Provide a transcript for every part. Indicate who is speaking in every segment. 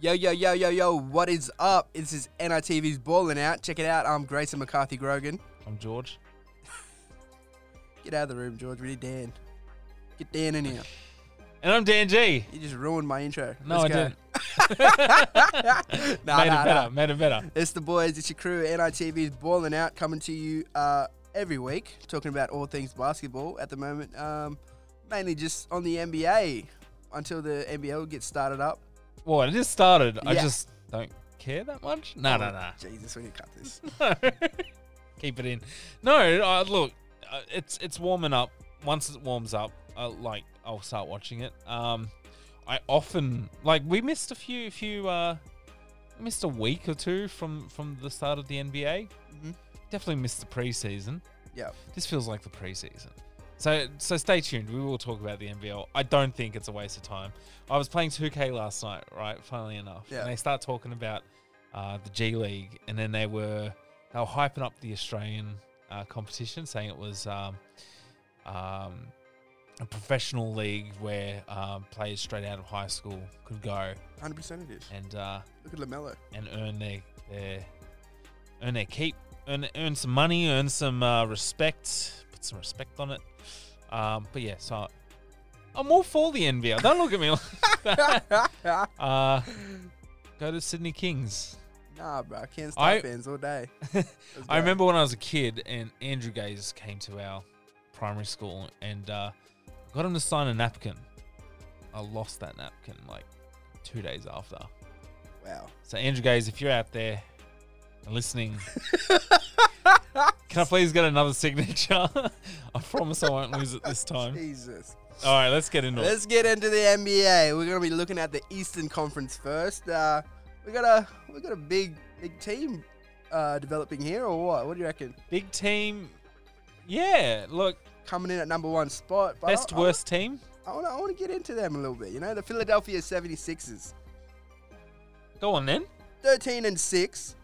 Speaker 1: Yo, yo, yo, yo, yo, what is up? This is NITV's Ballin' Out. Check it out. I'm Grayson McCarthy Grogan.
Speaker 2: I'm George.
Speaker 1: Get out of the room, George. We need Dan. Get Dan in here.
Speaker 2: And I'm Dan G.
Speaker 1: You just ruined my intro.
Speaker 2: No, I
Speaker 1: Let's go.
Speaker 2: didn't.
Speaker 1: Nah,
Speaker 2: made
Speaker 1: nah,
Speaker 2: it
Speaker 1: nah.
Speaker 2: better. Made it better.
Speaker 1: It's the boys, it's your crew. NITV's Ballin' Out coming to you uh, every week, talking about all things basketball at the moment. Um, mainly just on the NBA until the NBL gets started up.
Speaker 2: What? It just started. I
Speaker 1: Yeah.
Speaker 2: just don't care that much. No, no, no.
Speaker 1: Oh, Jesus, we need to cut this.
Speaker 2: Keep it in. No, I, look, uh, it's it's warming up. Once it warms up, I, like I'll start watching it. Um, I often like we missed a few few uh, missed a week or two from from the start of the NBA.
Speaker 1: Mhm.
Speaker 2: Definitely missed the preseason.
Speaker 1: yeah.
Speaker 2: This feels like the preseason. So so stay tuned. We will talk about the NBL. I don't think it's a waste of time. I was playing 2K last night, right? Funnily enough,
Speaker 1: Yeah.
Speaker 2: and they start talking about uh, the G League, and then they were they were hyping up the Australian uh, competition, saying it was um, um, a professional league where um, players straight out of high school could go
Speaker 1: 100% it is.
Speaker 2: and uh,
Speaker 1: Look at LaMelo.
Speaker 2: and earn their, their earn their keep, earn earn some money, earn some uh, respect, put some respect on it. Um, but yeah, so I'm all for the NBL. Don't look at me. like that. uh, go to Sydney Kings.
Speaker 1: Nah, bro. I can't stop
Speaker 2: I-
Speaker 1: fans all day. Let's
Speaker 2: I
Speaker 1: go.
Speaker 2: remember when I was a kid and Andrew Gaze came to our primary school and uh, got him to sign a napkin. I lost that napkin like two days after.
Speaker 1: Wow.
Speaker 2: So Andrew Gaze, if you're out there and listening, can I please get another signature? I promise I won't lose it this time.
Speaker 1: Jesus.
Speaker 2: All right, let's get into it.
Speaker 1: Let's get into the NBA. We're gonna be looking at the Eastern Conference first. Uh, we got a we got a big big team uh, developing here, or what? What do you reckon?
Speaker 2: Big team. Yeah, look,
Speaker 1: Coming in at number one spot. But
Speaker 2: best
Speaker 1: I,
Speaker 2: worst team.
Speaker 1: I, want to I want to get into them a little bit. You know, the Philadelphia 76ers,
Speaker 2: Go on then.
Speaker 1: 13 and six,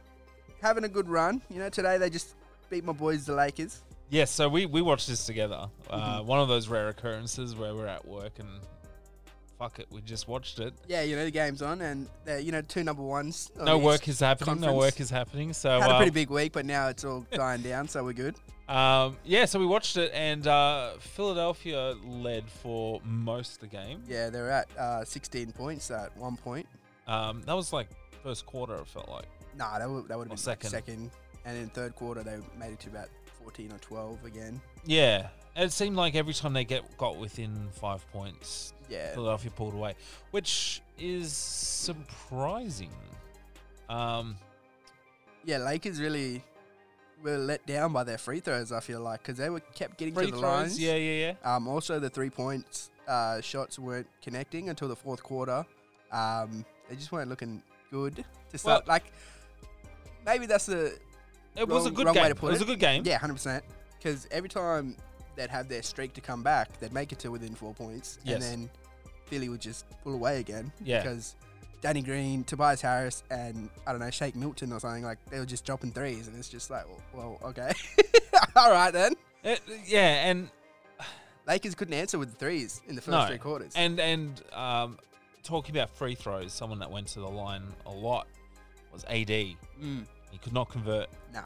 Speaker 1: having a good run. You know, today they just beat my boys, the Lakers.
Speaker 2: Yes, so we we watched this together. Uh,
Speaker 1: Mm-hmm.
Speaker 2: one of those rare occurrences where we're at work and fuck it, we just watched it.
Speaker 1: Yeah, you know the game's on, and they're you know two number ones. on
Speaker 2: No
Speaker 1: the
Speaker 2: work
Speaker 1: East
Speaker 2: is happening. No
Speaker 1: Oh, Conference.
Speaker 2: work is happening. So
Speaker 1: Had a
Speaker 2: uh,
Speaker 1: pretty big week, but now it's all dying down, so we're good.
Speaker 2: Um, yeah, so we watched it, and uh, Philadelphia led for most of the game.
Speaker 1: Yeah, they're at uh, 16 points at one point.
Speaker 2: Um, that was like first quarter. It felt like.
Speaker 1: Nah, that would that would have been
Speaker 2: second.
Speaker 1: second. And in third quarter, they made it to about 14 or 12 again.
Speaker 2: Yeah, it seemed like every time they get got within five points,
Speaker 1: Yeah,
Speaker 2: Philadelphia pulled away, which is surprising. Um,
Speaker 1: yeah. Lakers really were let down by their free throws. I feel like because they were kept getting
Speaker 2: free
Speaker 1: to the
Speaker 2: throws.
Speaker 1: lines.
Speaker 2: Yeah, yeah, yeah.
Speaker 1: Um. Also, the three points uh, shots weren't connecting until the fourth quarter. Um. They just weren't looking good to start. like, maybe that's the
Speaker 2: It was a
Speaker 1: Wrong-
Speaker 2: good
Speaker 1: wrong way
Speaker 2: game.
Speaker 1: to put
Speaker 2: it was
Speaker 1: it.
Speaker 2: a good game.
Speaker 1: Yeah, hundred percent. Because every time they'd have their streak to come back, they'd make it to within four points,
Speaker 2: Yes.
Speaker 1: and then Philly would just pull away again.
Speaker 2: Yeah.
Speaker 1: Because Danny Green, Tobias Harris, and I don't know Shake Milton or something like they were just dropping threes, and it's just like, well, well okay, all right then.
Speaker 2: It- yeah, and
Speaker 1: Lakers couldn't answer with the threes in the first
Speaker 2: No.
Speaker 1: three quarters.
Speaker 2: And and um, talking about free throws, someone that went to the line a lot was AD. He
Speaker 1: Mm,
Speaker 2: could not convert,
Speaker 1: nah,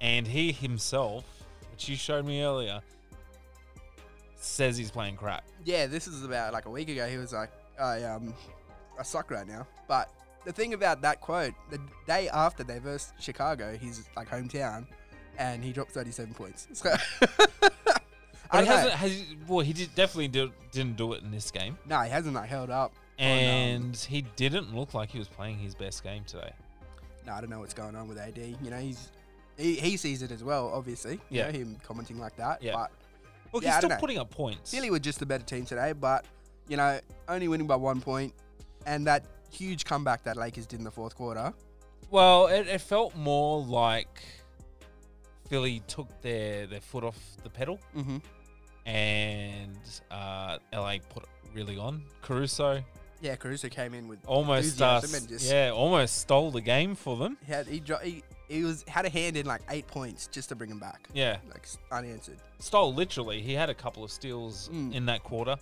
Speaker 2: and he himself, which you showed me earlier, says he's playing crap.
Speaker 1: yeah, this is about like a week ago. He was like, I um, I suck right now. But the thing about that quote, the day after they versed Chicago, his like hometown, and he dropped 37 points. So I
Speaker 2: But
Speaker 1: don't
Speaker 2: he
Speaker 1: know.
Speaker 2: hasn't. Has, well, he did, definitely did, didn't do it in this game,
Speaker 1: No, he hasn't like held up.
Speaker 2: Oh,
Speaker 1: on, um,
Speaker 2: and he didn't look like he was playing his best game today.
Speaker 1: no, I don't know what's going on with AD. You know, he's he, he sees it as well, obviously. You
Speaker 2: Yeah.
Speaker 1: know, him commenting like that.
Speaker 2: Yeah.
Speaker 1: But
Speaker 2: Look,
Speaker 1: Yeah, I
Speaker 2: he's
Speaker 1: don't
Speaker 2: still
Speaker 1: know.
Speaker 2: putting up points.
Speaker 1: Philly were just the better team today, but you know, only winning by one point, and that huge comeback that Lakers did in the fourth quarter.
Speaker 2: Well, it, it felt more like Philly took their, their foot off the pedal
Speaker 1: Mm-hmm.
Speaker 2: and uh, LA put it really on. Caruso
Speaker 1: Yeah, Caruso came in with
Speaker 2: almost uh,
Speaker 1: Enthusiasm and just-
Speaker 2: yeah, almost stole the game for them.
Speaker 1: He had he, dro- he he was had a hand in like eight points just to bring him back.
Speaker 2: Yeah,
Speaker 1: Like s- unanswered.
Speaker 2: stole literally. He had a couple of steals
Speaker 1: Mm.
Speaker 2: in that quarter.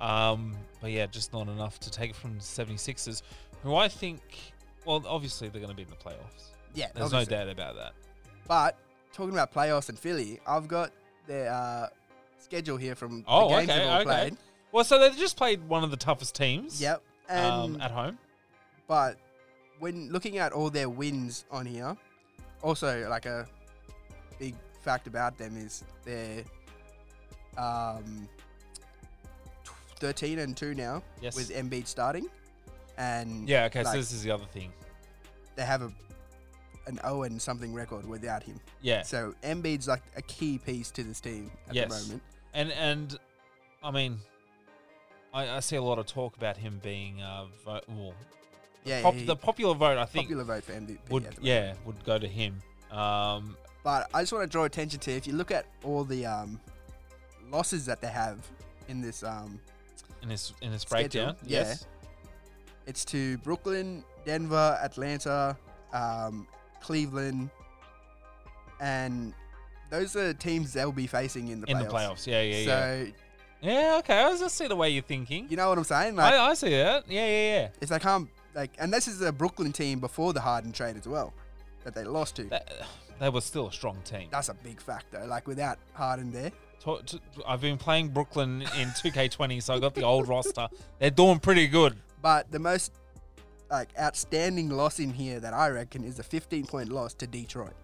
Speaker 2: Um, but yeah, just not enough to take it from the 76ers, who I think, well, obviously they're going to be in the playoffs.
Speaker 1: Yeah,
Speaker 2: There's
Speaker 1: obviously.
Speaker 2: no doubt about that.
Speaker 1: But talking about playoffs and Philly, I've got their uh, schedule here from
Speaker 2: Oh,
Speaker 1: the games
Speaker 2: okay,
Speaker 1: they've all
Speaker 2: okay.
Speaker 1: played.
Speaker 2: Well, so they just played one of the toughest teams.
Speaker 1: Yep. And,
Speaker 2: um, at home.
Speaker 1: but when looking at all their wins on here, also like a big fact about them is they're um, tw- 13 and 2 now
Speaker 2: Yes.
Speaker 1: with Embiid starting. And
Speaker 2: yeah. Okay.
Speaker 1: like-
Speaker 2: so this is the other thing.
Speaker 1: they have a an 0 and something record without him.
Speaker 2: Yeah.
Speaker 1: So Embiid's like a key piece to this team at
Speaker 2: Yes.
Speaker 1: the moment.
Speaker 2: And and I mean, I, I see a lot of talk about him being uh, vote, well,
Speaker 1: Yeah,
Speaker 2: pop,
Speaker 1: he-
Speaker 2: the popular vote. I think
Speaker 1: popular vote for MVP.
Speaker 2: would
Speaker 1: at the moment.
Speaker 2: yeah would go to him. Um,
Speaker 1: But I just want to draw attention to if you look at all the um, losses that they have in this, um,
Speaker 2: in his in his
Speaker 1: Schedule,
Speaker 2: breakdown.
Speaker 1: yeah.
Speaker 2: Yes.
Speaker 1: it's to Brooklyn, Denver, Atlanta, um, Cleveland, and those are teams they'll be facing in the
Speaker 2: In
Speaker 1: playoffs.
Speaker 2: the playoffs. Yeah. Yeah. Yeah.
Speaker 1: so
Speaker 2: yeah. Okay. I just see the way you're thinking.
Speaker 1: you know what I'm saying? Like
Speaker 2: I, I see that. Yeah. Yeah. Yeah.
Speaker 1: if they can't like, and this is a Brooklyn team before the Harden trade as well that they lost to.
Speaker 2: That, they were still a strong team.
Speaker 1: That's a big factor. Like without Harden there,
Speaker 2: To- to- I've been playing Brooklyn in 2K20, so I got the old roster. They're doing pretty good.
Speaker 1: But the most like outstanding loss in here that I reckon is a 15 point loss to Detroit.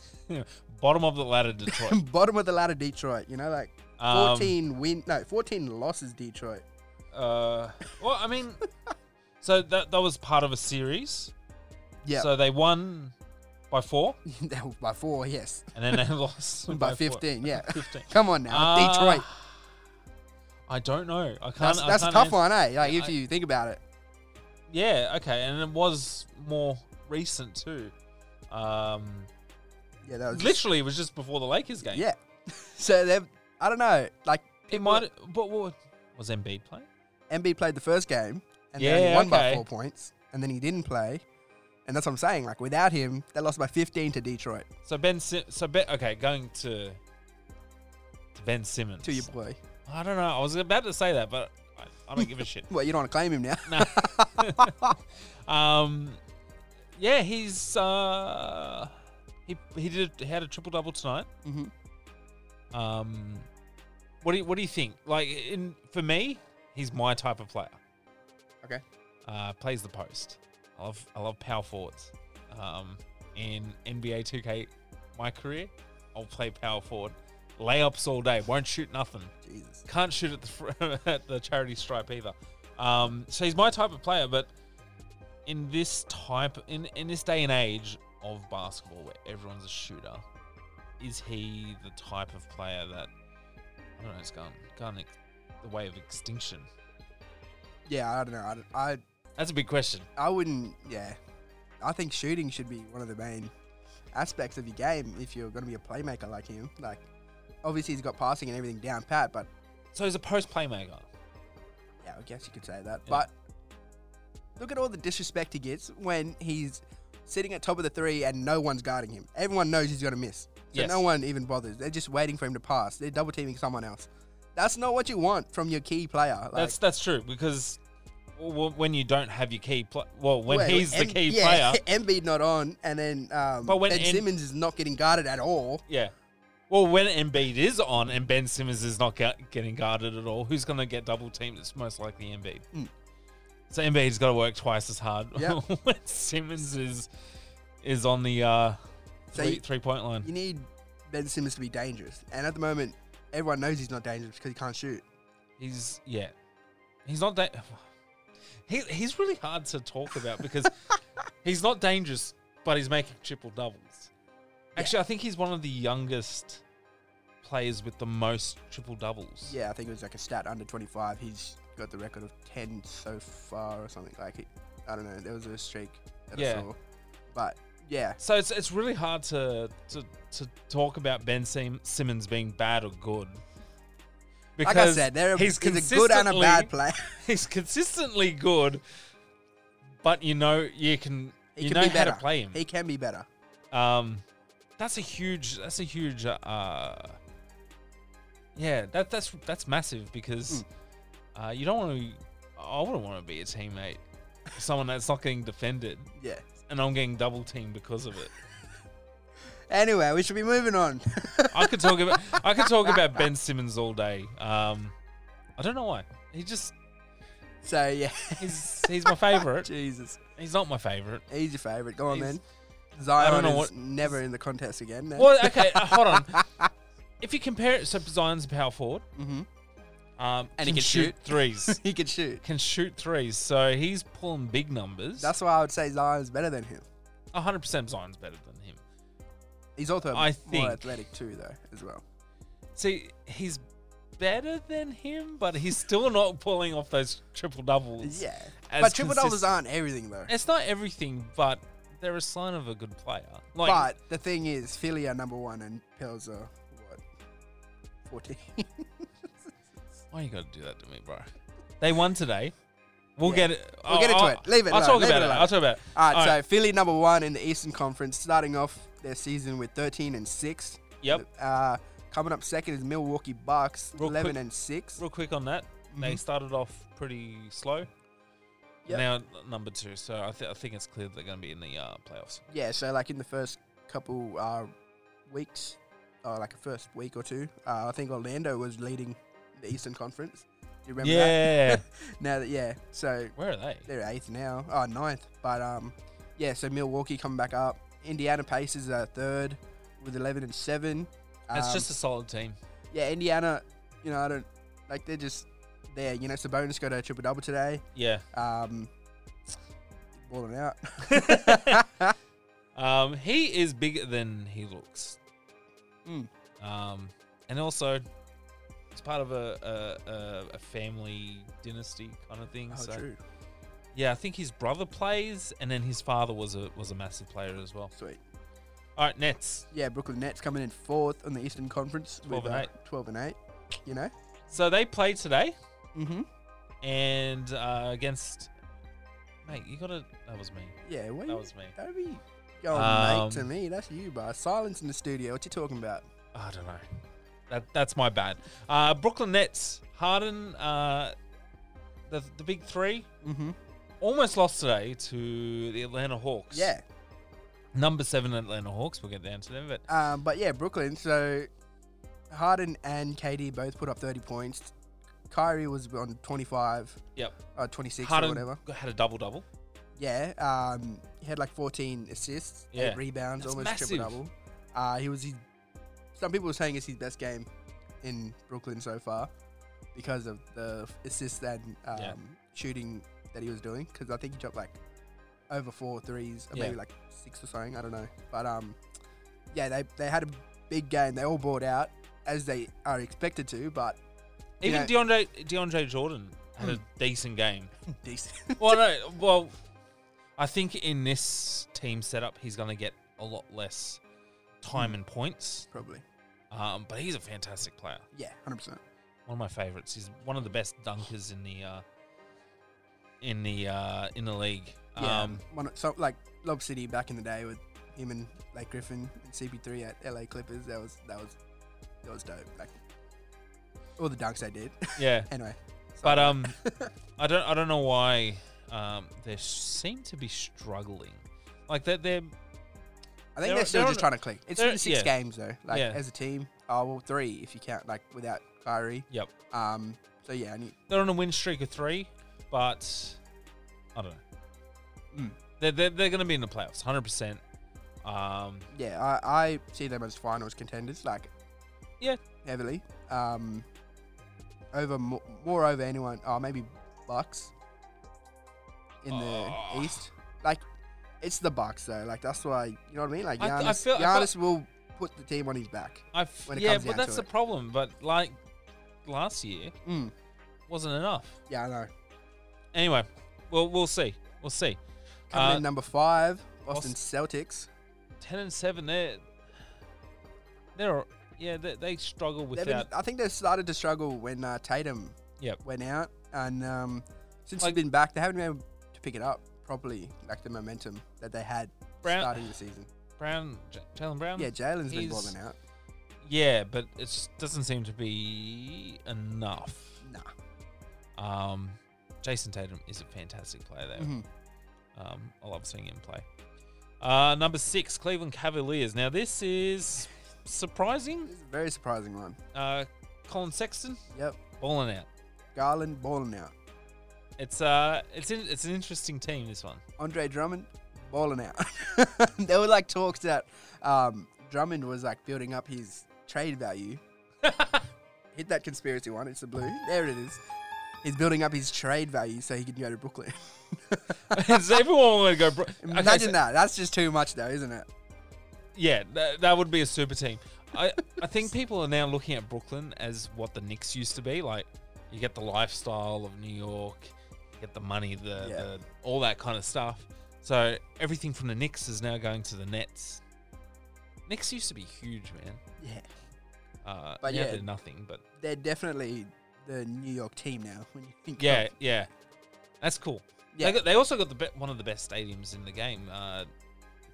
Speaker 2: Bottom of the ladder, Detroit.
Speaker 1: Bottom of the ladder, Detroit. You know, like
Speaker 2: Um,
Speaker 1: 14 win, no, 14 losses, Detroit.
Speaker 2: Uh, well, I mean, so that that was part of a series.
Speaker 1: Yeah,
Speaker 2: So they won by four,
Speaker 1: That was by four, yes,
Speaker 2: and then they lost
Speaker 1: by,
Speaker 2: by, four.
Speaker 1: 15. Yeah,
Speaker 2: 15.
Speaker 1: come on now,
Speaker 2: Uh,
Speaker 1: Detroit.
Speaker 2: I don't know. I can't.
Speaker 1: That's,
Speaker 2: I
Speaker 1: that's a
Speaker 2: can't
Speaker 1: tough
Speaker 2: answer-
Speaker 1: one, eh? Like
Speaker 2: Yeah,
Speaker 1: if
Speaker 2: I-
Speaker 1: you think about it,
Speaker 2: Yeah. Okay, and it was more recent too. Um,
Speaker 1: yeah, that was
Speaker 2: literally, it was just before the Lakers game.
Speaker 1: yeah. so they, I don't know, like
Speaker 2: It might. But what was Embiid playing?
Speaker 1: Embiid played the first game and
Speaker 2: Yeah,
Speaker 1: they only won by
Speaker 2: okay.
Speaker 1: four points, and then he didn't play, and that's what I'm saying. Like without him, they lost by 15 to Detroit.
Speaker 2: So Ben. Sim- so Ben. Okay, going to to Ben Simmons.
Speaker 1: To your boy.
Speaker 2: I don't know. I was about to say that, but I, I don't give a shit.
Speaker 1: Well, you don't want to claim him now.
Speaker 2: Um, yeah, he's uh, he he did he had a triple double tonight.
Speaker 1: hmm
Speaker 2: Um, what do you, what do you think? Like in for me, he's my type of player.
Speaker 1: Okay.
Speaker 2: Uh, plays the post. I love I love power forwards. Um, in NBA 2K, my career, I'll play power forward. Layups all day. Won't shoot nothing.
Speaker 1: Jesus.
Speaker 2: Can't shoot at the fr- at the charity stripe either. Um, so he's my type of player, but in this type in in this day and age of basketball where everyone's a shooter, is he the type of player that I don't know? It's gone gone ex- the way of extinction.
Speaker 1: Yeah, I don't know. I, don't- I,
Speaker 2: That's a big question.
Speaker 1: I wouldn't. Yeah, I think shooting should be one of the main aspects of your game if you're going to be a playmaker like him. Like, obviously he's got passing and everything down pat, but
Speaker 2: So he's a post playmaker.
Speaker 1: yeah, I guess you could say that.
Speaker 2: Yeah.
Speaker 1: But look at all the disrespect he gets when he's sitting at top of the three and no one's guarding him. Everyone knows he's going to miss, so
Speaker 2: Yes.
Speaker 1: no one even bothers. They're just waiting for him to pass. They're double teaming someone else. That's not what you want from your key player. Like,
Speaker 2: that's that's true because w- when you don't have your key, pl- well, when
Speaker 1: Well,
Speaker 2: he's
Speaker 1: M-
Speaker 2: the key
Speaker 1: yeah,
Speaker 2: player,
Speaker 1: Embiid not on, and then um,
Speaker 2: But when
Speaker 1: Ben
Speaker 2: Em-
Speaker 1: Simmons is not getting guarded at all.
Speaker 2: Yeah. Well, when Embiid is on and Ben Simmons is not get, getting guarded at all, who's going to get double teamed? It's most likely Embiid.
Speaker 1: Mm.
Speaker 2: So Embiid's got to work twice as hard
Speaker 1: Yep.
Speaker 2: when Simmons is is on the uh,
Speaker 1: So
Speaker 2: three,
Speaker 1: you-
Speaker 2: three point line.
Speaker 1: You need Ben Simmons to be dangerous, and at the moment, everyone knows he's not dangerous because he can't shoot.
Speaker 2: He's yeah, he's not that. He, he's really hard to talk about because he's not dangerous, but he's making triple doubles. Actually, I think he's one of the youngest players with the most triple doubles.
Speaker 1: Yeah, I think it was like a stat under 25. He's got the record of 10 so far or something. Like, he, I don't know. There was a streak that
Speaker 2: Yeah.
Speaker 1: I saw, but yeah,
Speaker 2: So it's it's really hard to to, to talk about Ben Sim- Simmons being bad or good.
Speaker 1: like I said, there he's, a good and a
Speaker 2: consistently-
Speaker 1: bad player.
Speaker 2: He's consistently good, but you know you can
Speaker 1: He
Speaker 2: you
Speaker 1: can be
Speaker 2: know how to
Speaker 1: better.
Speaker 2: play him.
Speaker 1: he can be better.
Speaker 2: Um, that's a huge that's a huge uh, Yeah, that that's that's massive because
Speaker 1: Hmm.
Speaker 2: uh, you don't want to. I wouldn't want to be a teammate, of someone that's not getting defended,
Speaker 1: Yeah.
Speaker 2: and I'm getting double teamed because of it.
Speaker 1: Anyway, we should be moving on.
Speaker 2: I could talk about I could talk about Ben Simmons all day. Um, I don't know why. He just
Speaker 1: so yeah,
Speaker 2: he's he's my favorite.
Speaker 1: Jesus,
Speaker 2: He's not my favorite.
Speaker 1: he's your favorite. Go on
Speaker 2: He's-
Speaker 1: then. Zion
Speaker 2: know
Speaker 1: is
Speaker 2: what-
Speaker 1: never in the contest again. Then.
Speaker 2: Well, okay, uh, hold on. If you compare it, so Zion's a power forward,
Speaker 1: hmm
Speaker 2: um,
Speaker 1: And he can shoot.
Speaker 2: threes,
Speaker 1: he could shoot.
Speaker 2: can shoot threes. So he's pulling big numbers.
Speaker 1: That's why I would say Zion's better than him.
Speaker 2: 100 percent Zion's better than him.
Speaker 1: He's also
Speaker 2: I
Speaker 1: more
Speaker 2: think-
Speaker 1: athletic too, though, as well.
Speaker 2: See, he's better than him, but he's still not pulling off those triple doubles.
Speaker 1: Yeah,
Speaker 2: As
Speaker 1: but triple doubles
Speaker 2: consist-
Speaker 1: aren't everything though.
Speaker 2: It's not everything, but they're a sign of a good player. Like,
Speaker 1: But the thing is, Philly are number one and Pels are what fourteen.
Speaker 2: Why you gotta do that to me, bro? They won today. We'll
Speaker 1: Yeah.
Speaker 2: get it.
Speaker 1: We'll get into it. Leave it
Speaker 2: I'll
Speaker 1: alone.
Speaker 2: talk
Speaker 1: Leave
Speaker 2: about
Speaker 1: it
Speaker 2: it.
Speaker 1: alone.
Speaker 2: I'll talk about it.
Speaker 1: All right,
Speaker 2: All
Speaker 1: so
Speaker 2: right.
Speaker 1: Philly number one in the Eastern Conference, starting off their season with thirteen and six.
Speaker 2: Yep.
Speaker 1: Uh, coming up second is Milwaukee Bucks,
Speaker 2: Real
Speaker 1: eleven
Speaker 2: quick-
Speaker 1: and six.
Speaker 2: Real quick on that. They
Speaker 1: Mhm.
Speaker 2: started off pretty slow.
Speaker 1: Yep.
Speaker 2: Now n- number two, so I, th- I think it's clear they're going to be in the uh, playoffs.
Speaker 1: Mm-hmm. Yeah, so like in the first couple uh, weeks, or like a first week or two, uh, I think Orlando was leading the Eastern Conference. Do you remember that?
Speaker 2: yeah,
Speaker 1: Now that yeah, so
Speaker 2: where are they?
Speaker 1: they're eighth now, oh ninth. But um, yeah, so Milwaukee coming back up. Indiana Pacers are third with eleven and seven. Um,
Speaker 2: it's just a solid team.
Speaker 1: yeah, Indiana. You know, I don't like they're just there. You know, Sabonis got a triple double today.
Speaker 2: Yeah.
Speaker 1: Um, balling out.
Speaker 2: Um, he is bigger than he looks.
Speaker 1: Mm.
Speaker 2: Um, and also, he's part of a a, a, a family dynasty kind of thing.
Speaker 1: oh,
Speaker 2: so
Speaker 1: true.
Speaker 2: yeah, I think his brother plays, and then his father was a was a massive player as well.
Speaker 1: Sweet.
Speaker 2: All right, Nets.
Speaker 1: Yeah, Brooklyn Nets coming in fourth on the Eastern Conference.
Speaker 2: 12
Speaker 1: with,
Speaker 2: and
Speaker 1: uh, Twelve and eight. You know.
Speaker 2: So they played today,
Speaker 1: Mm-hmm.
Speaker 2: and uh, against mate, you gotta. That was me.
Speaker 1: Yeah. What
Speaker 2: That
Speaker 1: you,
Speaker 2: was me.
Speaker 1: don't be going
Speaker 2: Um,
Speaker 1: mate to me. That's you, bar. Silence in the studio. What you talking about?
Speaker 2: I don't know. That that's my bad. Uh, Brooklyn Nets. Harden. Uh, the the big three.
Speaker 1: Mm-hmm.
Speaker 2: almost lost today to the Atlanta Hawks.
Speaker 1: Yeah.
Speaker 2: Number seven Atlanta Hawks. We'll get down to them, but
Speaker 1: Um, but yeah, Brooklyn. So Harden and KD both put up 30 points. Kyrie was on 25,
Speaker 2: yep.
Speaker 1: uh, 26
Speaker 2: Harden
Speaker 1: or whatever.
Speaker 2: got- had a double double.
Speaker 1: Yeah. Um, he had like 14 assists,
Speaker 2: Yeah.
Speaker 1: eight rebounds,
Speaker 2: That's
Speaker 1: almost triple double. Uh, he was. He, some people were saying it's his best game in Brooklyn so far because of the assists and um,
Speaker 2: Yeah.
Speaker 1: shooting that he was doing. Because I think he dropped like over four threes, or
Speaker 2: Yeah.
Speaker 1: maybe like six or something. I don't know. But um, yeah, they they had a big game. They all bought out as they are expected to, but you
Speaker 2: Even DeAndre DeAndre Jordan had
Speaker 1: Hmm.
Speaker 2: a decent game.
Speaker 1: decent.
Speaker 2: well, no, well, I think in this team setup, he's going to get a lot less time and points.
Speaker 1: Probably.
Speaker 2: Um, but he's a fantastic player.
Speaker 1: Yeah, hundred percent.
Speaker 2: One of my favorites. He's one of the best dunkers in the uh, in the uh, in the league.
Speaker 1: Yeah,
Speaker 2: Um,
Speaker 1: one of- so like Lob City back in the day with him and like Griffin and CP3 at LA Clippers. That was that was that was dope. Like all the dunks they did.
Speaker 2: yeah.
Speaker 1: anyway,
Speaker 2: But um, I don't I don't know why um they seem to be struggling, like that they're,
Speaker 1: I think
Speaker 2: they're-
Speaker 1: they're, still
Speaker 2: they're
Speaker 1: just
Speaker 2: on
Speaker 1: trying to click. It's
Speaker 2: they're-
Speaker 1: been six
Speaker 2: yeah.
Speaker 1: games though, like
Speaker 2: Yeah.
Speaker 1: as a team. Oh well, three if you count like without Kyrie.
Speaker 2: Yep.
Speaker 1: Um. So yeah, and you,
Speaker 2: they're on a win streak of three, but I don't know.
Speaker 1: Mm.
Speaker 2: They're they're, they're going to be in the playoffs, hundred percent. Um,
Speaker 1: yeah, I, I see them as finals contenders. Like
Speaker 2: Yeah.
Speaker 1: heavily. Um. Over more, more over anyone. Oh, maybe Bucks. In the
Speaker 2: Oh.
Speaker 1: East, like it's the Bucks though. Like that's why you know what I mean. Like
Speaker 2: I th-
Speaker 1: Giannis,
Speaker 2: I feel- I feel-
Speaker 1: Giannis will put the team on his back.
Speaker 2: I
Speaker 1: When it
Speaker 2: yeah,
Speaker 1: comes
Speaker 2: but
Speaker 1: down
Speaker 2: that's
Speaker 1: to
Speaker 2: the problem. But like last year
Speaker 1: Mm.
Speaker 2: wasn't enough.
Speaker 1: Yeah, I know.
Speaker 2: Anyway, well we'll see, we'll see.
Speaker 1: Coming
Speaker 2: Uh,
Speaker 1: in number five, Boston Celtics.
Speaker 2: Ten and seven, they're they're yeah they, they struggle
Speaker 1: They've been,
Speaker 2: without
Speaker 1: I think they've started to struggle when uh, Tatum
Speaker 2: Yep.
Speaker 1: went out, and um, since
Speaker 2: Like-
Speaker 1: he's been back, they haven't been able to pick it up properly, like the momentum that they had
Speaker 2: Brown
Speaker 1: starting the season.
Speaker 2: Brown J- Jalen Brown
Speaker 1: Yeah, Jalen's been
Speaker 2: he's-
Speaker 1: balling out.
Speaker 2: Yeah, but it just doesn't seem to be enough.
Speaker 1: Nah.
Speaker 2: Um, Jason Tatum is a fantastic player, though.
Speaker 1: Mhm.
Speaker 2: Um, I love seeing him play. Uh, number six, Cleveland Cavaliers. Now, this is surprising.
Speaker 1: This is a very surprising one.
Speaker 2: Uh, Colin Sexton
Speaker 1: Yep.
Speaker 2: balling out.
Speaker 1: Garland balling out.
Speaker 2: It's uh, it's in, it's an interesting team. This one.
Speaker 1: Andre Drummond balling out. there were like talks that um, Drummond was like building up his trade value. Hit that conspiracy one. It's the blue. There it is. He's building up his trade value so he can go to Brooklyn.
Speaker 2: Is everyone want to go? Bro- Okay,
Speaker 1: Imagine
Speaker 2: so-
Speaker 1: that. That's just too much, though, isn't it?
Speaker 2: Yeah, that, that would be a super team. I, I think people are now looking at Brooklyn as what the Knicks used to be. Like, you get the lifestyle of New York, you get the money, the,
Speaker 1: Yeah.
Speaker 2: the all that kind of stuff. So everything from the Knicks is now going to the Nets. Knicks used to be huge, man.
Speaker 1: Yeah.
Speaker 2: Uh,
Speaker 1: But
Speaker 2: now
Speaker 1: yeah.
Speaker 2: they're nothing. But
Speaker 1: They're definitely the New York team now. When you think, of-
Speaker 2: yeah, yeah, that's cool.
Speaker 1: yeah,
Speaker 2: They, got, they also got the be- one of the best stadiums in the game. Uh,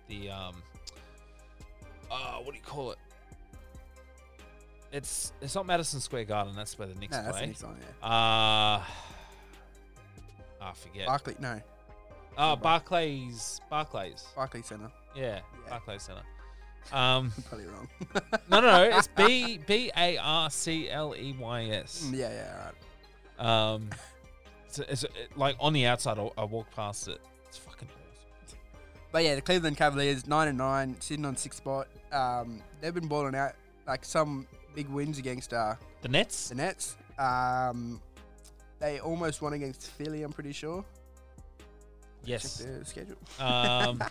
Speaker 2: the um, uh, what do you call it? It's it's not Madison Square Garden. That's where the Knicks
Speaker 1: no, that's the
Speaker 2: play.
Speaker 1: next one. Yeah,
Speaker 2: Uh, I forget.
Speaker 1: Barclay, no,
Speaker 2: oh, Barclays, Barclays.
Speaker 1: Barclay Center.
Speaker 2: Yeah,
Speaker 1: Yeah.
Speaker 2: Barclays Center. Um,
Speaker 1: I'm probably wrong.
Speaker 2: no, no, no. It's B B A R C L E Y S.
Speaker 1: Mm, yeah, yeah, right. Mm.
Speaker 2: Um, it's, it's it, like on the outside. I, I walk past it. It's fucking awesome.
Speaker 1: But yeah, the Cleveland Cavaliers nine and nine, sitting on sixth spot. Um, they've been balling out like some big wins against uh,
Speaker 2: The Nets.
Speaker 1: the Nets. Um, they almost won against Philly. I'm pretty sure.
Speaker 2: Yes.
Speaker 1: Check the schedule.
Speaker 2: Um,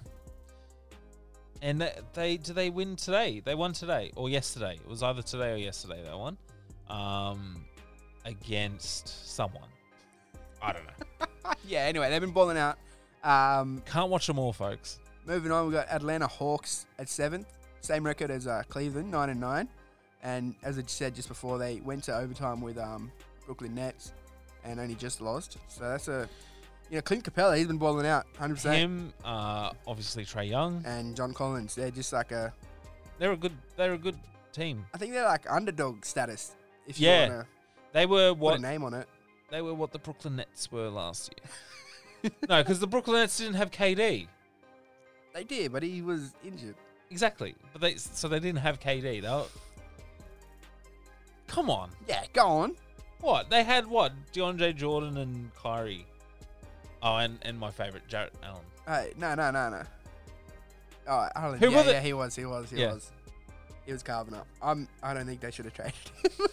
Speaker 2: and th- they do they win today? They won today or yesterday? It was either today or yesterday they won um, against someone. I don't know.
Speaker 1: yeah. Anyway, they've been balling out. Um,
Speaker 2: Can't watch them all, folks.
Speaker 1: Moving on, we've got Atlanta Hawks at seventh, same record as uh, Cleveland, nine and nine. And as I said just before, they went to overtime with um, Brooklyn Nets and only just lost. So that's a you know Clint Capella, he's been balling out, hundred percent.
Speaker 2: Him, uh, obviously Trey Young.
Speaker 1: And John Collins, they're just like a
Speaker 2: They're a good. They're a good team.
Speaker 1: I think they're like underdog status. If you
Speaker 2: Yeah.
Speaker 1: wanna
Speaker 2: They were
Speaker 1: put a
Speaker 2: what
Speaker 1: name on it,
Speaker 2: they were what the Brooklyn Nets were last year. no, because the Brooklyn Nets didn't have KD.
Speaker 1: they did, but he was injured.
Speaker 2: Exactly, but they so they didn't have KD. They were- Come on.
Speaker 1: Yeah, go on.
Speaker 2: What they had? What DeAndre Jordan and Kyrie? Oh, and, and my favorite Jarrett Allen.
Speaker 1: Hey, no, no, no, no. All right, Harlan.
Speaker 2: Who
Speaker 1: yeah,
Speaker 2: were the-
Speaker 1: yeah, he was, he was, he
Speaker 2: Yeah.
Speaker 1: was. He was carving up. I'm. I don't think they should have traded him.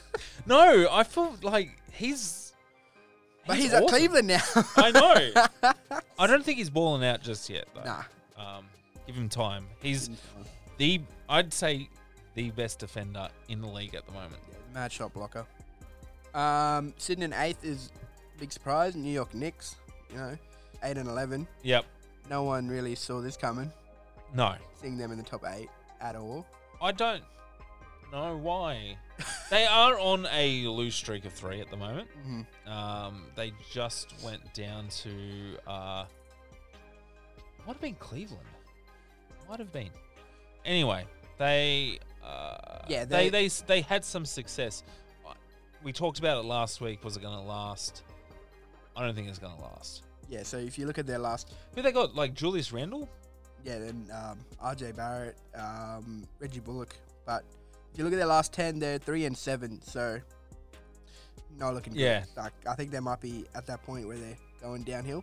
Speaker 2: No, I feel like he's.
Speaker 1: But he's,
Speaker 2: awesome.
Speaker 1: at Cleveland now.
Speaker 2: I know. I don't think he's balling out just yet. Though.
Speaker 1: nah.
Speaker 2: Um, give him time. He's the I'd say the best defender in the league at the moment.
Speaker 1: Mad shot blocker. Um, sitting in eighth is big surprise. New York Knicks, you know, eight and eleven.
Speaker 2: Yep.
Speaker 1: No one really saw this coming.
Speaker 2: No,
Speaker 1: Seeing them in the top eight at all.
Speaker 2: I don't know why. they are on a lose streak of three at the moment.
Speaker 1: Mm-hmm.
Speaker 2: Um, they just went down to uh, might have been Cleveland, might have been. Anyway, they uh,
Speaker 1: Yeah,
Speaker 2: they,
Speaker 1: they-
Speaker 2: they s- they had some success. I- We talked about it last week. Was it going to last? I don't think it's going to last.
Speaker 1: Yeah. So if you look at their last,
Speaker 2: Who they got? Like Julius Randle?
Speaker 1: yeah, then um, R.J. Barrett, um, Reggie Bullock. But if you look at their last ten, they're three and seven. So not looking. good.
Speaker 2: Yeah.
Speaker 1: Like, I think they might be at that point where they're going downhill.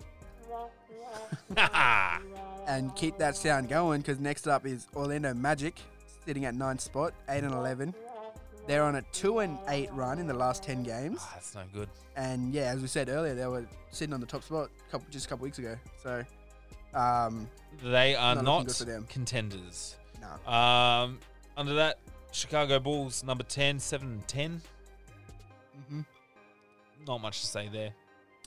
Speaker 1: and keep that sound going because next up is Orlando Magic, sitting at ninth spot, eight and eleven. They're on a two and eight run in the last ten games,
Speaker 2: Ah, that's no good.
Speaker 1: and yeah, as we said earlier, they were sitting on the top spot couple, just a couple weeks ago. So, um,
Speaker 2: They are
Speaker 1: Not looking
Speaker 2: not
Speaker 1: good for them.
Speaker 2: contenders.
Speaker 1: no,
Speaker 2: Um, under that, Chicago Bulls number 10, 7 and 10.
Speaker 1: hmm
Speaker 2: Not much to say there.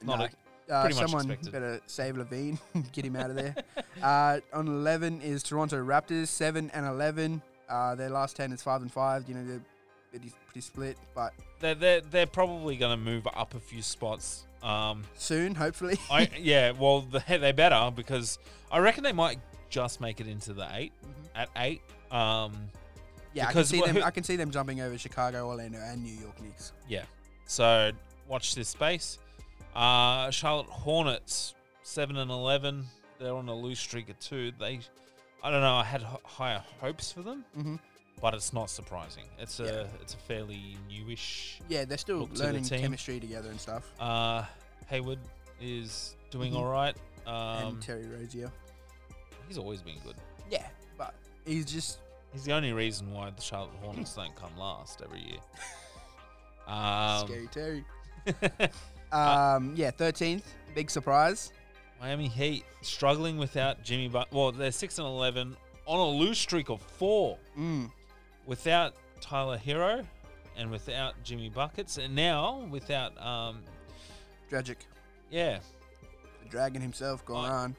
Speaker 2: Not
Speaker 1: no.
Speaker 2: a-
Speaker 1: Uh,
Speaker 2: pretty much
Speaker 1: someone
Speaker 2: expected.
Speaker 1: better save Levine, get him out of there. uh, on eleven is Toronto Raptors, seven and eleven. Uh, their last ten is five and five. You know they're pretty, pretty split, but
Speaker 2: They're they're, they're probably going to move up a few spots. Um,
Speaker 1: soon, hopefully.
Speaker 2: I yeah. Well, they they better because I reckon they might just make it into the 8
Speaker 1: Mhm.
Speaker 2: at eight. Um,
Speaker 1: Yeah, I
Speaker 2: Because
Speaker 1: can
Speaker 2: wha-
Speaker 1: see them.
Speaker 2: who-
Speaker 1: I can see them jumping over Chicago, Orlando, and New York Knicks.
Speaker 2: Yeah. So watch this space. Uh, Charlotte Hornets seven and eleven. They're on a lose streak of two. They, I don't know. I had h- higher hopes for them,
Speaker 1: Mm-hmm.
Speaker 2: but it's not surprising. It's a
Speaker 1: Yeah.
Speaker 2: it's a fairly newish.
Speaker 1: Yeah, they're still
Speaker 2: Look to the
Speaker 1: learning
Speaker 2: team.
Speaker 1: chemistry together and stuff.
Speaker 2: Uh, Hayward is doing
Speaker 1: Mhm.
Speaker 2: all right. Um,
Speaker 1: and Terry Rozier.
Speaker 2: he's always been good.
Speaker 1: Yeah, but he's just
Speaker 2: He's the only reason why the Charlotte Hornets don't come last every year. Um,
Speaker 1: scary Terry. Um, yeah, thirteenth, big surprise.
Speaker 2: Miami Heat struggling without Jimmy But Well, they're six and eleven on a lose streak of four
Speaker 1: Mm.
Speaker 2: without Tyler Hero and without Jimmy Buckets, and now without um
Speaker 1: Tragic,
Speaker 2: yeah
Speaker 1: the dragon himself going on.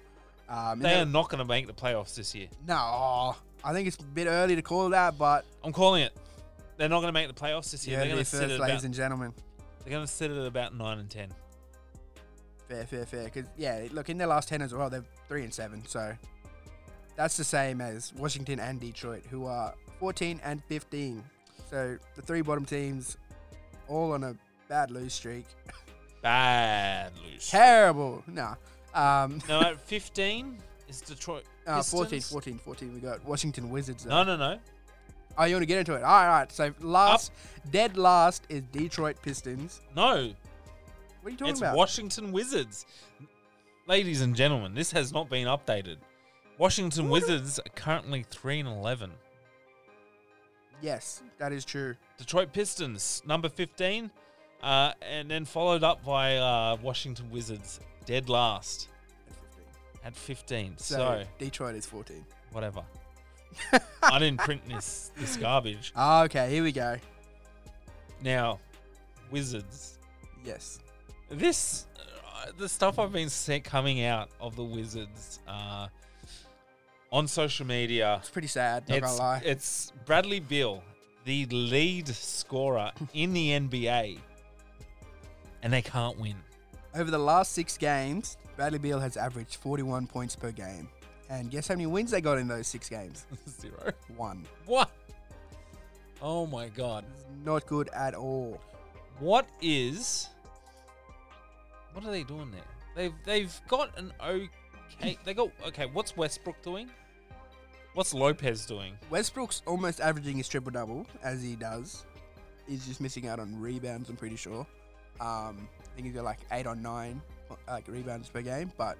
Speaker 1: Um,
Speaker 2: they are
Speaker 1: and
Speaker 2: not going to make the playoffs this year.
Speaker 1: then- no, I think it's a bit early to call that, but
Speaker 2: I'm calling it. They're not going to make the playoffs this year.
Speaker 1: yeah,
Speaker 2: they're going to
Speaker 1: first,
Speaker 2: sit at
Speaker 1: ladies
Speaker 2: about,
Speaker 1: and gentlemen.
Speaker 2: they're going to sit at about nine and ten.
Speaker 1: Fair, fair, fair. Because yeah, look in their last ten as well, they're three and seven. So that's the same as Washington and Detroit, who are fourteen and fifteen. So the three bottom teams, all on a bad lose streak.
Speaker 2: Bad lose. streak.
Speaker 1: Terrible. Nah. Um,
Speaker 2: now at fifteen is Detroit.
Speaker 1: uh, 14,
Speaker 2: Pistons?
Speaker 1: 14, 14. We got Washington Wizards.
Speaker 2: No,
Speaker 1: Though.
Speaker 2: no, no.
Speaker 1: Oh, you want to get into it? All right, all right. So last, dead last is Detroit Pistons. What
Speaker 2: No,
Speaker 1: are you talking
Speaker 2: it's
Speaker 1: about?
Speaker 2: Washington Wizards. Ladies and gentlemen, this has not been updated. Washington Wizards are currently 3 and 11.
Speaker 1: yes, that is true.
Speaker 2: Detroit Pistons, number 15, uh, and then followed up by uh, Washington Wizards, dead last
Speaker 1: At 15.
Speaker 2: at 15.
Speaker 1: So,
Speaker 2: So,
Speaker 1: Detroit is 14.
Speaker 2: whatever. I didn't print this, this garbage.
Speaker 1: Ah, okay, here we go.
Speaker 2: Now, Wizards.
Speaker 1: Yes.
Speaker 2: This, uh, the stuff I've been seeing coming out of the Wizards uh, on social media.
Speaker 1: It's pretty sad, not
Speaker 2: It's,
Speaker 1: gonna lie.
Speaker 2: it's Bradley Beal, the lead scorer in the NBA, and they can't win.
Speaker 1: Over the last six games, Bradley Beal has averaged 41 points per game. And guess how many wins they got in those six games?
Speaker 2: Zero.
Speaker 1: One.
Speaker 2: What? Oh my god.
Speaker 1: Not good at all.
Speaker 2: What is? What are they doing there? They've they've got an okay. They got okay. What's Westbrook doing? What's Lopez doing?
Speaker 1: Westbrook's almost averaging his triple double as he does. He's just missing out on rebounds. I'm pretty sure. Um, I think he's got like eight or nine uh, like rebounds per game, but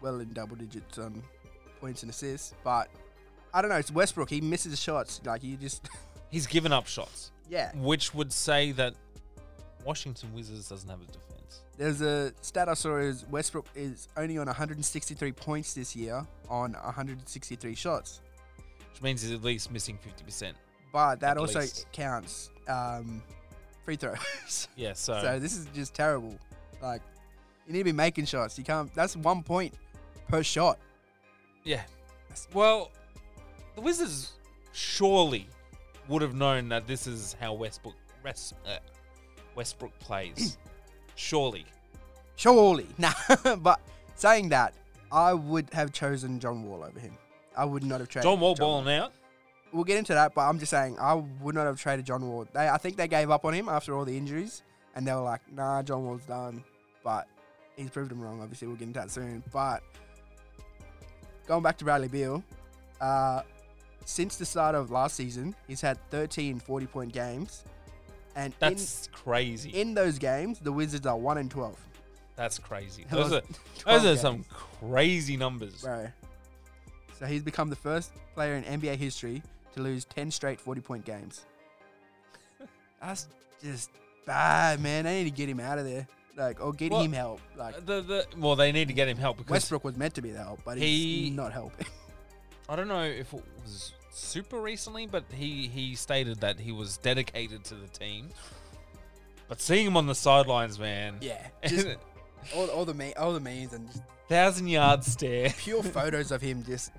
Speaker 1: well in double digits on points and assists. But I don't know. It's Westbrook. He misses shots. Like he just
Speaker 2: He's given up shots,
Speaker 1: yeah.
Speaker 2: which would say that Washington Wizards doesn't have a defense.
Speaker 1: There's a stat I saw is Westbrook is only on 163 points this year on 163 shots.
Speaker 2: which means he's at least missing 50%.
Speaker 1: But that
Speaker 2: At
Speaker 1: also
Speaker 2: least.
Speaker 1: counts um, free throws.
Speaker 2: Yeah, so,
Speaker 1: So this is just terrible. Like you need to be making shots. You can't. That's one point per shot.
Speaker 2: yeah. Well, the Wizards surely would have known that this is how Westbrook rest, uh, Westbrook plays. surely.
Speaker 1: Surely, nah. but saying that, I would have chosen John Wall over him. I would not have traded
Speaker 2: John Wall balling out.
Speaker 1: We'll get into that, but I'm just saying I would not have traded John Wall. They, I think they gave up on him after all the injuries, and they were like, "Nah, John Wall's done." But he's proved them wrong. Obviously, we'll get into that soon. But going back to Bradley Beal, uh, since the start of last season, he's had 13 40-point games, and in,
Speaker 2: That's crazy.
Speaker 1: in those games, the Wizards are one and 12.
Speaker 2: That's crazy.
Speaker 1: That
Speaker 2: Those
Speaker 1: was
Speaker 2: are,
Speaker 1: 12
Speaker 2: those are
Speaker 1: games.
Speaker 2: some crazy numbers.
Speaker 1: Bro. So he's become the first player in NBA history to lose 10 straight 40 point games. That's just bad, man. They need to get him out of there. Like, or get
Speaker 2: Well,
Speaker 1: him help. Like,
Speaker 2: Uh, The, the, well, they need to get him help because
Speaker 1: Westbrook was meant to be the help, but
Speaker 2: he-
Speaker 1: he's not helping.
Speaker 2: I don't know if it was super recently, but he he stated that he was dedicated to the team. But seeing him on the sidelines, man,
Speaker 1: yeah. Just all, all, the me- all the memes and just
Speaker 2: thousand yard stare.
Speaker 1: pure photos of him just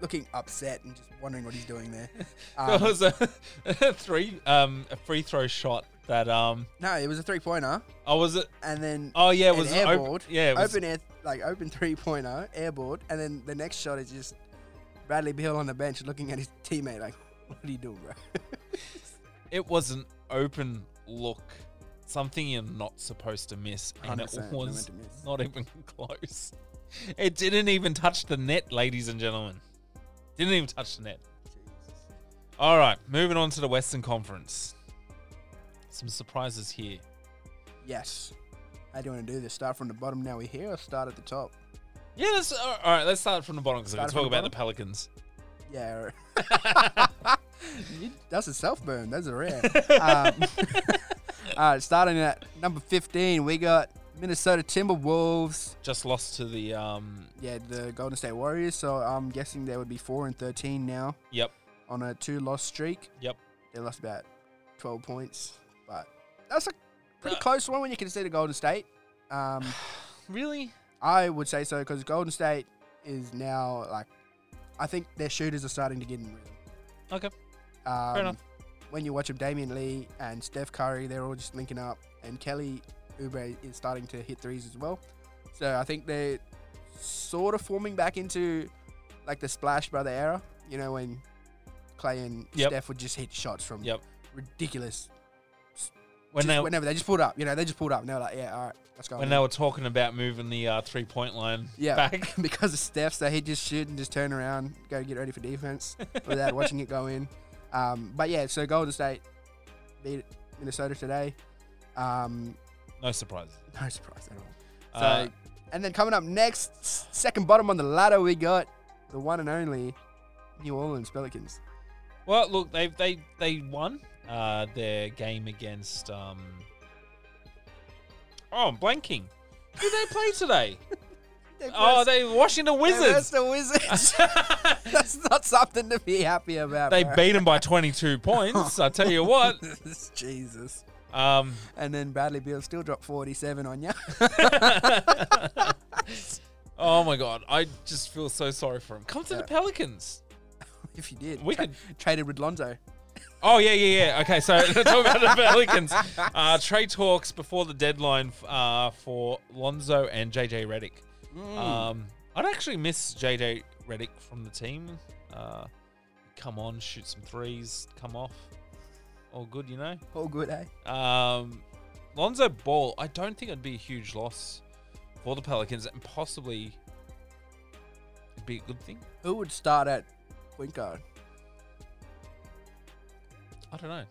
Speaker 1: looking upset and just wondering what he's doing there.
Speaker 2: There
Speaker 1: Um,
Speaker 2: was a three um a free throw shot that um
Speaker 1: no, it was a three pointer.
Speaker 2: oh was it
Speaker 1: And then
Speaker 2: oh yeah it
Speaker 1: an
Speaker 2: was an op-
Speaker 1: airboard.
Speaker 2: yeah it was,
Speaker 1: open air, like open three oh, pointer, airboard, and then the next shot is just Bradley Beal on the bench looking at his teammate like, What are you doing, bro?
Speaker 2: It was an open look, something you're not supposed to miss, and it
Speaker 1: 100%, no one
Speaker 2: was
Speaker 1: to miss.
Speaker 2: not even close. It didn't even touch the net, ladies and gentlemen. Didn't even touch the net. All right, moving on to the Western Conference. Some surprises here.
Speaker 1: Yes. How do you want to do this? Start from the bottom now we're here or start at the top?
Speaker 2: Yeah, let's, uh, all right, let's start from the bottom because we
Speaker 1: Start
Speaker 2: can
Speaker 1: from
Speaker 2: talk
Speaker 1: the
Speaker 2: about the Pelicans.
Speaker 1: Yeah. You- That's a self burn. That's a rare. um, all right, starting at number 15, we got Minnesota Timberwolves.
Speaker 2: Just lost to the um.
Speaker 1: Yeah, the Golden State Warriors. So I'm guessing they would be 4 and 13 now
Speaker 2: Yep,
Speaker 1: on a two loss streak.
Speaker 2: yep.
Speaker 1: They lost about 12 points, but that's a pretty
Speaker 2: Uh,
Speaker 1: close one when you consider Golden State. Um,
Speaker 2: Really?
Speaker 1: I would say so because Golden State is now like, I think their shooters are starting to get in rhythm.
Speaker 2: Okay.
Speaker 1: Um,
Speaker 2: enough.
Speaker 1: When you watch them, Damian Lee and Steph Curry, they're all just linking up, and Kelly Oubre is starting to hit threes as well. So I think they're sort of forming back into like the Splash Brother era. You know when Clay and
Speaker 2: Yep.
Speaker 1: Steph would just hit shots from
Speaker 2: Yep.
Speaker 1: ridiculous.
Speaker 2: When
Speaker 1: just
Speaker 2: they
Speaker 1: whenever they just pulled up, you know they just pulled up. and They were like, yeah, all right, let's go.
Speaker 2: when they were talking about moving the uh, three point line
Speaker 1: Yeah.
Speaker 2: back.
Speaker 1: because of Steph's, so he'd just shoot and just turn around, go get ready for defense without watching it go in. Um, but yeah, so Golden State beat Minnesota today. Um,
Speaker 2: No surprises.
Speaker 1: no surprise at all. So,
Speaker 2: Uh,
Speaker 1: and then coming up next, s- second bottom on the ladder, we got the one and only New Orleans Pelicans.
Speaker 2: well, look, they they they won uh, their game against. Um, oh, I'm blanking. Who they play today?
Speaker 1: They
Speaker 2: oh,
Speaker 1: versus-
Speaker 2: they Washington
Speaker 1: That's
Speaker 2: Wizards.
Speaker 1: the Wizards. That's not something to be happy about.
Speaker 2: they
Speaker 1: bro.
Speaker 2: beat them by 22 points. I tell you what.
Speaker 1: Jesus.
Speaker 2: Um,
Speaker 1: And then Bradley Beal still dropped 47 on you.
Speaker 2: oh my god, I just feel so sorry for him. Come to the
Speaker 1: Yeah.
Speaker 2: Pelicans.
Speaker 1: if you did.
Speaker 2: We
Speaker 1: Tra-
Speaker 2: could-
Speaker 1: traded with Lonzo.
Speaker 2: Oh yeah, yeah, yeah. Okay, so let's talk about the Pelicans. Uh, trade talks before the deadline f- uh, for Lonzo and JJ Redick. Um, I'd actually miss JJ Redick from the team. Uh, come on, shoot some threes. Come off, all good, you know.
Speaker 1: All good, eh?
Speaker 2: Um, Lonzo Ball, I don't think it'd be a huge loss for the Pelicans, and possibly it'd be a good thing.
Speaker 1: Who would start at point guard?
Speaker 2: I don't know.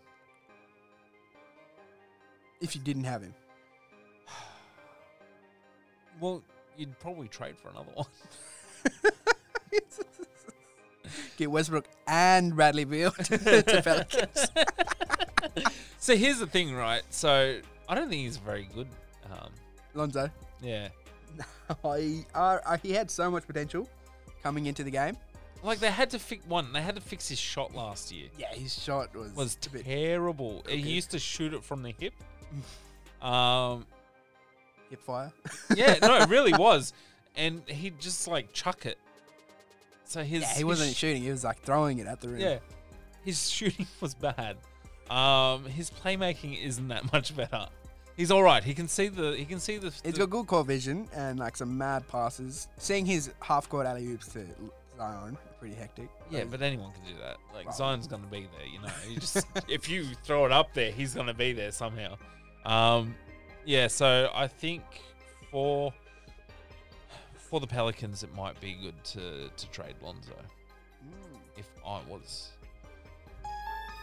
Speaker 1: if you didn't have him?
Speaker 2: Well, you'd probably trade for another one.
Speaker 1: Get Westbrook and Bradley Beal to, to Pelicans.
Speaker 2: So here's the thing, right? So I don't think he's very good. Um,
Speaker 1: Lonzo,
Speaker 2: yeah,
Speaker 1: he, uh, uh, he had so much potential coming into the game.
Speaker 2: like they had to fix one. They had to fix his shot last year.
Speaker 1: Yeah, his shot was,
Speaker 2: was
Speaker 1: a bit
Speaker 2: terrible. He used to shoot it from the hip. Um,
Speaker 1: hip fire.
Speaker 2: yeah, no, it really was, and he'd just like chuck it. So his
Speaker 1: yeah, he
Speaker 2: his
Speaker 1: wasn't
Speaker 2: sh-
Speaker 1: shooting. He was like throwing it at the rim.
Speaker 2: yeah, his shooting was bad. Um, his playmaking isn't that much better. He's all right. He can see the he can see the.
Speaker 1: He's
Speaker 2: the-
Speaker 1: got good core vision and like some mad passes. Seeing his half court alley oops to Zion, pretty hectic.
Speaker 2: Yeah,
Speaker 1: Like,
Speaker 2: but anyone can do that. Like
Speaker 1: Well-
Speaker 2: Zion's gonna be there, you know. You just if you throw it up there, he's gonna be there somehow. Um, yeah. So I think for for the Pelicans, it might be good to to trade Lonzo. If I was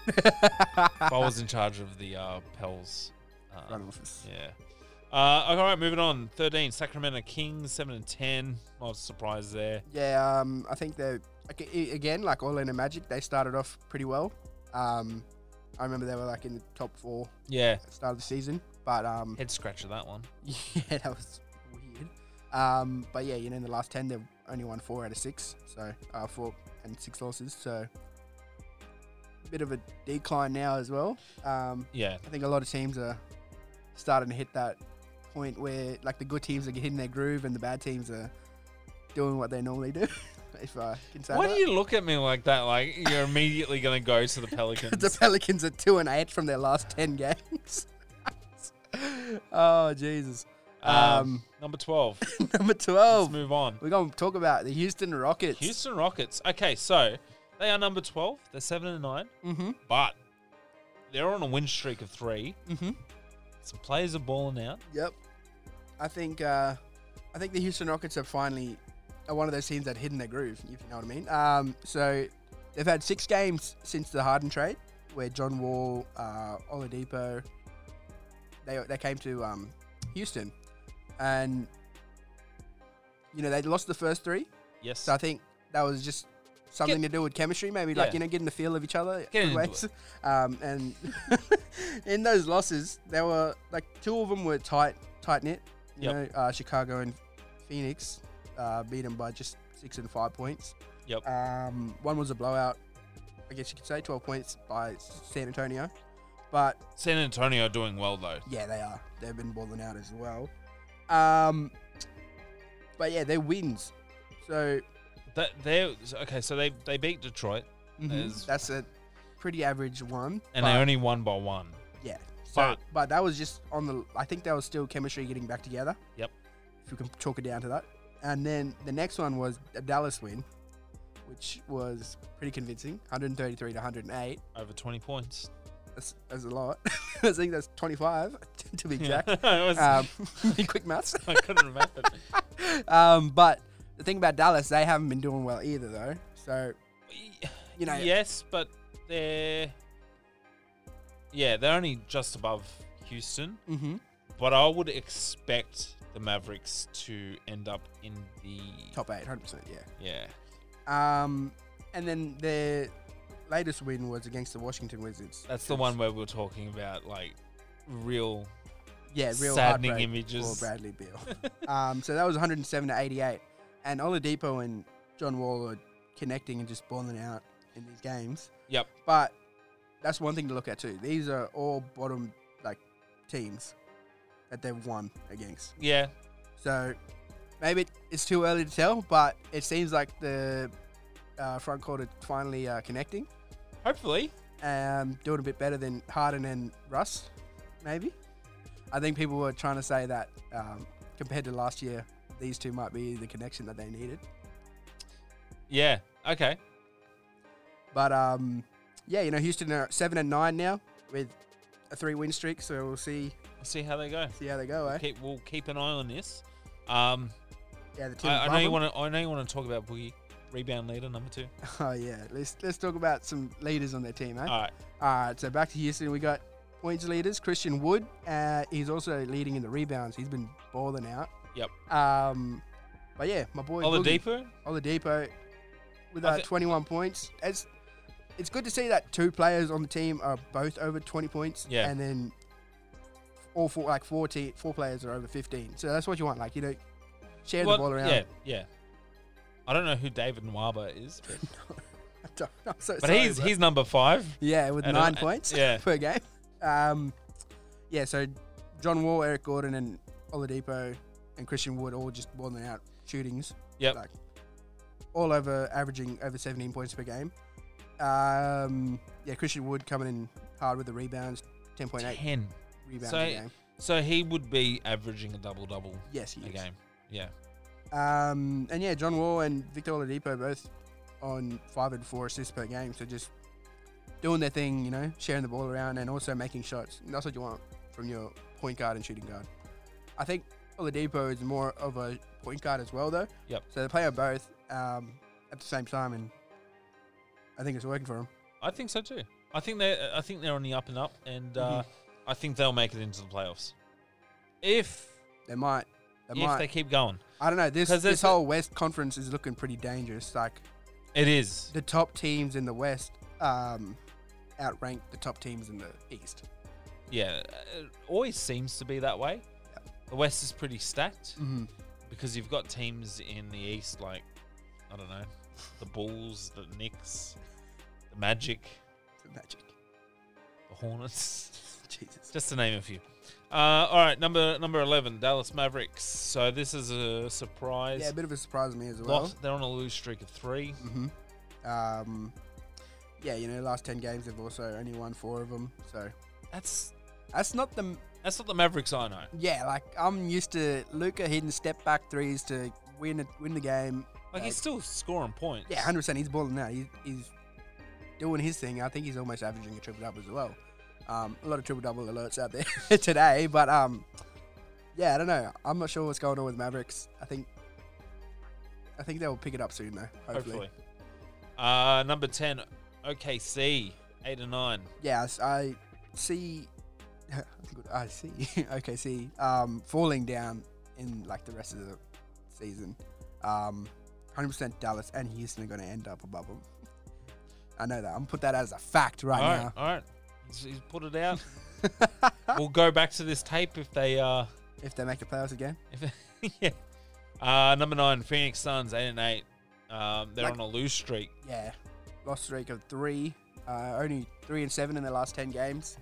Speaker 2: if I was in charge of the uh, Pels, uh,
Speaker 1: front office.
Speaker 2: yeah. Uh, all right, moving on. Thirteen, Sacramento Kings, seven and ten. Not a surprise there.
Speaker 1: Yeah, um, I think they like, a- again like Orlando Magic. They started off pretty well. Um, I remember they were like in the top four
Speaker 2: Yeah,
Speaker 1: at the start of the season, but um,
Speaker 2: head scratcher that one.
Speaker 1: yeah, that was weird. Um, but yeah, you know, in the last ten, they've only won four out of six, so uh, four and six losses. So bit of a decline now as well. Um,
Speaker 2: Yeah,
Speaker 1: I think a lot of teams are starting to hit that point where like the good teams are hitting their groove and the bad teams are doing what they normally do. if I can say
Speaker 2: Why
Speaker 1: that.
Speaker 2: do you look at me like that? Like you're immediately gonna go to the
Speaker 1: the
Speaker 2: Pelicans.
Speaker 1: Pelicans are two and eight from their last ten games. oh Jesus!
Speaker 2: um,
Speaker 1: Um,
Speaker 2: number twelve.
Speaker 1: number
Speaker 2: Let's
Speaker 1: twelve.
Speaker 2: move on.
Speaker 1: We're gonna talk about the Houston Rockets.
Speaker 2: Houston Rockets. Okay, so They are number 12. They're 7 and 9.
Speaker 1: Mm-hmm.
Speaker 2: But they're on a win streak of three.
Speaker 1: Mm-hmm.
Speaker 2: Some players are balling out.
Speaker 1: Yep. I think uh, I think the Houston Rockets have finally are one of those teams that hidden their groove, if you know what I mean. Um, so they've had six games since the Harden trade, where John Wall, uh, Oladipo, they they came to um, Houston, and you know they lost the first three.
Speaker 2: Yes.
Speaker 1: So I think that was just something to do with chemistry, maybe like
Speaker 2: Yeah.
Speaker 1: you know getting the feel of each other.
Speaker 2: Getting
Speaker 1: good
Speaker 2: into
Speaker 1: ways. Um, and in those losses, there were like two of them were tight, tight knit. You know, uh, Chicago and Phoenix uh, beat them by just six and five points.
Speaker 2: Yep.
Speaker 1: Um, one was a blowout. I guess you could say twelve points by San Antonio, but
Speaker 2: San Antonio are doing well, though.
Speaker 1: yeah, they are. They've been balling out as well. Um, but yeah, they're wins. So
Speaker 2: That they Okay, so they, they beat Detroit
Speaker 1: Mhm.
Speaker 2: There's-
Speaker 1: That's a pretty average one.
Speaker 2: and
Speaker 1: but
Speaker 2: they only won by one.
Speaker 1: yeah. So, but
Speaker 2: but-
Speaker 1: that was just on the. I think that was still chemistry getting back together.
Speaker 2: Yep.
Speaker 1: If we can chalk it down to that. And then the next one was a Dallas win, which was pretty convincing, 133 to 108.
Speaker 2: Over 20 points.
Speaker 1: That's, that's a lot. I think that's 25 to be
Speaker 2: Yeah.
Speaker 1: exact.
Speaker 2: I was-
Speaker 1: Um, quick maths.
Speaker 2: I couldn't remember.
Speaker 1: Um, but the thing about Dallas, they haven't been doing well either, though. So you know,
Speaker 2: yes, but they're yeah, they're only just above Houston.
Speaker 1: hmm
Speaker 2: But I would expect the Mavericks to end up in the
Speaker 1: top eight, 100 percent, yeah.
Speaker 2: Yeah,
Speaker 1: Um, and then their latest win was against the Washington Wizards.
Speaker 2: that's the one where we are talking about like real.
Speaker 1: Yeah, real
Speaker 2: saddening
Speaker 1: heartbreak
Speaker 2: images.
Speaker 1: for Bradley Beal. um, so that was 107 to 88, and Oladipo and John Wall are connecting and just balling out in these games.
Speaker 2: Yep.
Speaker 1: But that's one thing to look at too. These are all bottom like teams that they've won against.
Speaker 2: Yeah,
Speaker 1: So maybe it's too early to tell, but it seems like the uh, front court are finally uh, connecting.
Speaker 2: hopefully.
Speaker 1: um, doing a bit better than Harden and Russ, maybe. I think people were trying to say that um, compared to last year, these two might be the connection that they needed.
Speaker 2: Yeah. Okay.
Speaker 1: But um, yeah, you know, Houston are seven and nine now with a three win streak, so we'll see
Speaker 2: We'll see how they go.
Speaker 1: see how they go. Eh?
Speaker 2: Keep, we'll keep an eye on this. Um,
Speaker 1: Yeah, the team.
Speaker 2: I, I know
Speaker 1: above
Speaker 2: you
Speaker 1: them.
Speaker 2: want to. I know you want to talk about Boogie, rebound leader number two.
Speaker 1: Oh yeah, let's let's talk about some leaders on their team, eh?
Speaker 2: All right.
Speaker 1: All right, so back to Houston. We got points leaders Christian Wood. Uh, he's also leading in the rebounds. He's been balling out.
Speaker 2: Yep.
Speaker 1: Um, but yeah, my boy Boogie.
Speaker 2: Oladipo.
Speaker 1: Oladipo with
Speaker 2: I
Speaker 1: uh,
Speaker 2: thi-
Speaker 1: 21 points. It's it's good to see that two players on the team are both over 20 points.
Speaker 2: Yeah.
Speaker 1: And then all four like four te- four players are over 15. So that's what you want. Like you know, share
Speaker 2: Well,
Speaker 1: the ball around.
Speaker 2: Yeah. Yeah. I don't know who David Nwaba is, but
Speaker 1: I don't- I'm so
Speaker 2: But
Speaker 1: sorry,
Speaker 2: he's
Speaker 1: bro.
Speaker 2: he's number five.
Speaker 1: yeah with
Speaker 2: and, uh,
Speaker 1: nine
Speaker 2: uh,
Speaker 1: points
Speaker 2: yeah.
Speaker 1: per game. Um, yeah. So John Wall, Eric Gordon, and Oladipo and Christian Wood all just balling out shootings.
Speaker 2: Yep.
Speaker 1: Like all over averaging over 17 points per game. Um, yeah, Christian Wood coming in hard with the rebounds, 10.8
Speaker 2: Ten.
Speaker 1: rebounds
Speaker 2: So-
Speaker 1: a game.
Speaker 2: So he would be averaging a double double
Speaker 1: Yes, he
Speaker 2: a
Speaker 1: is.
Speaker 2: game. Yeah.
Speaker 1: Um, and yeah, John Wall and Victor Oladipo both on five and four assists per game. So just doing their thing, you know, sharing the ball around and also making shots. And that's what you want from your point guard and shooting guard. I think Oladipo is more of a point guard as well, though.
Speaker 2: Yep.
Speaker 1: So they play on both um, at the same time, and I think it's working for them.
Speaker 2: I think so too. I think they I think they're on the up and up and uh,
Speaker 1: Mm-hmm.
Speaker 2: I think they'll make it into the playoffs. If
Speaker 1: They might. They
Speaker 2: if
Speaker 1: might.
Speaker 2: they keep going.
Speaker 1: I don't know. This
Speaker 2: 'Cause
Speaker 1: this
Speaker 2: there's a-
Speaker 1: whole West Conference is looking pretty dangerous. Like
Speaker 2: It is.
Speaker 1: the top teams in the West um, outrank the top teams in the East.
Speaker 2: Yeah. It always seems to be that way. The West is pretty stacked
Speaker 1: Mm-hmm.
Speaker 2: because you've got teams in the East like I don't know, the Bulls, the Knicks, the Magic,
Speaker 1: Magic.
Speaker 2: the Hornets.
Speaker 1: Jesus.
Speaker 2: Just to name a few. Uh, all right, number number eleven, Dallas Mavericks. So this is a surprise.
Speaker 1: Yeah, a bit of a surprise to me as well.
Speaker 2: Lost- They're on a lose streak of three.
Speaker 1: hmm Um, yeah, you know, last ten games they've also only won four of them. So
Speaker 2: That's
Speaker 1: that's not the
Speaker 2: that's not the Mavericks I know.
Speaker 1: yeah. Like I'm used to Luca hitting step back threes to win it, win the game.
Speaker 2: Like he's still scoring points.
Speaker 1: Yeah, hundred percent. He's balling out. He's, he's doing his thing. I think he's almost averaging a triple double as well. Um, a lot of triple double alerts out there today, but um, yeah, I don't know. I'm not sure what's going on with Mavericks. I think I think they'll pick it up soon though. Hopefully,
Speaker 2: Hopefully. Uh, number 10, OKC, 8 and 9.
Speaker 1: yeah. I s- I see. good, I see. okay, see. Um, falling down in like the rest of the season. Um, 100% Dallas and Houston are going to end up above them. I know that. I'm gonna put that as a fact right
Speaker 2: all right,
Speaker 1: now.
Speaker 2: all right. He's, he's put it out. we'll go back to this tape if they. Uh,
Speaker 1: if they make the playoffs again.
Speaker 2: if, yeah. Uh, number 9, Phoenix Suns, 8 and 8. Um, they're
Speaker 1: Like-
Speaker 2: on a lose streak.
Speaker 1: Yeah, lost streak of three, uh, only three and seven in their last ten games.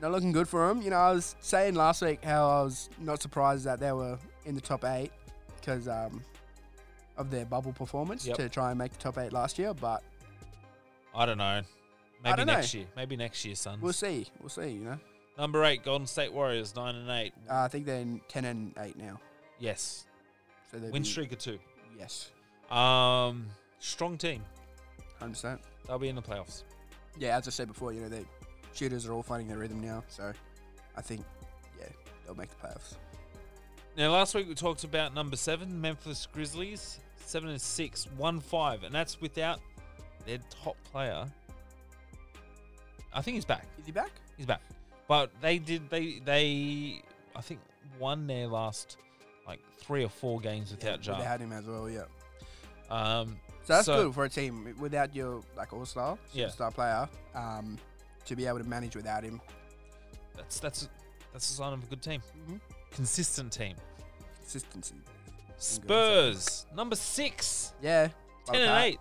Speaker 1: Not looking good for them. You know, I was saying last week how I was not surprised that they were in the top eight because um, of their bubble performance
Speaker 2: Yep.
Speaker 1: to try and make the top eight last year. But
Speaker 2: I don't know. Maybe
Speaker 1: don't know.
Speaker 2: next year. Maybe next year, Suns.
Speaker 1: we'll see. We'll see. You know,
Speaker 2: Number 8, Golden State Warriors, 9 and 8.
Speaker 1: uh, I think they're in ten and eight now.
Speaker 2: Yes.
Speaker 1: So they'll
Speaker 2: Win
Speaker 1: be-
Speaker 2: streak of two.
Speaker 1: Yes,
Speaker 2: Um, strong team.
Speaker 1: hundred percent.
Speaker 2: They'll be in the playoffs.
Speaker 1: Yeah, as I said before, you know, the shooters are all finding their rhythm now. So I think, yeah, they'll make the playoffs.
Speaker 2: Now, last week we talked about number seven, Memphis Grizzlies, seven and six, one five, and that's without their top player. I think he's back.
Speaker 1: Is he back?
Speaker 2: He's back. But they did. They they I think won their last like three or four games without
Speaker 1: yeah,
Speaker 2: Jar.
Speaker 1: they had him as well. Yeah.
Speaker 2: um,
Speaker 1: So that's
Speaker 2: So-
Speaker 1: good for a team without your like all star,
Speaker 2: Yeah.
Speaker 1: superstar player, um, to be able to manage without him.
Speaker 2: that's that's that's a sign of a good team,
Speaker 1: Mhm.
Speaker 2: consistent team.
Speaker 1: Consistency.
Speaker 2: Spurs number six,
Speaker 1: Yeah. love
Speaker 2: ten and
Speaker 1: that.
Speaker 2: eight.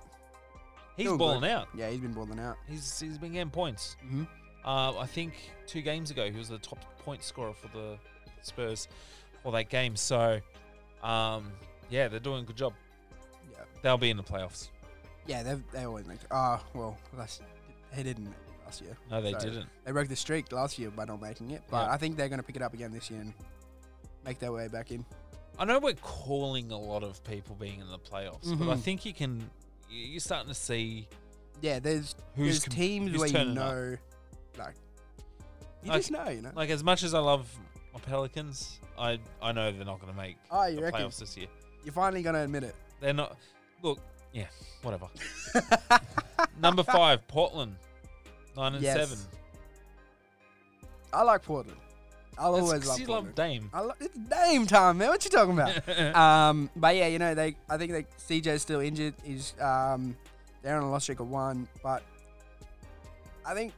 Speaker 2: He's
Speaker 1: Doing good.
Speaker 2: balling out.
Speaker 1: Yeah, he's been balling out.
Speaker 2: He's he's been getting points.
Speaker 1: Mm-hmm.
Speaker 2: Uh, I think two games ago he was the top point scorer for the Spurs for that game. So, um, yeah, they're doing a good job.
Speaker 1: Yeah.
Speaker 2: They'll be in the playoffs.
Speaker 1: Yeah, they they always make. Ah, well, last he didn't last year.
Speaker 2: No, they
Speaker 1: So-
Speaker 2: didn't.
Speaker 1: They broke the streak last year by not making it, but
Speaker 2: Yeah.
Speaker 1: I think they're going to pick it up again this year and make their way back in.
Speaker 2: I know we're calling a lot of people being in the playoffs, but I
Speaker 1: Mhm.
Speaker 2: think you can. y- You're starting to see
Speaker 1: Yeah, there's
Speaker 2: who's
Speaker 1: there's
Speaker 2: com-
Speaker 1: teams
Speaker 2: who's
Speaker 1: where you
Speaker 2: turning up.
Speaker 1: know, like you
Speaker 2: Like-
Speaker 1: just know, you know.
Speaker 2: Like as much as I love my Pelicans, I I know they're not going to make
Speaker 1: oh,
Speaker 2: the
Speaker 1: you reckon
Speaker 2: playoffs this year.
Speaker 1: you're finally going to admit it?
Speaker 2: They're not. Look, yeah, whatever. Number five, Portland, nine and
Speaker 1: Yes.
Speaker 2: seven.
Speaker 1: I like Portland. I'll
Speaker 2: That's
Speaker 1: always
Speaker 2: 'cause
Speaker 1: love
Speaker 2: you
Speaker 1: Portland.
Speaker 2: love Dame.
Speaker 1: I lo- it's Dame time, man. What you talking about? um, but yeah, you know they. I think that CJ's still injured. He's um, they're on a loss streak of one, but I think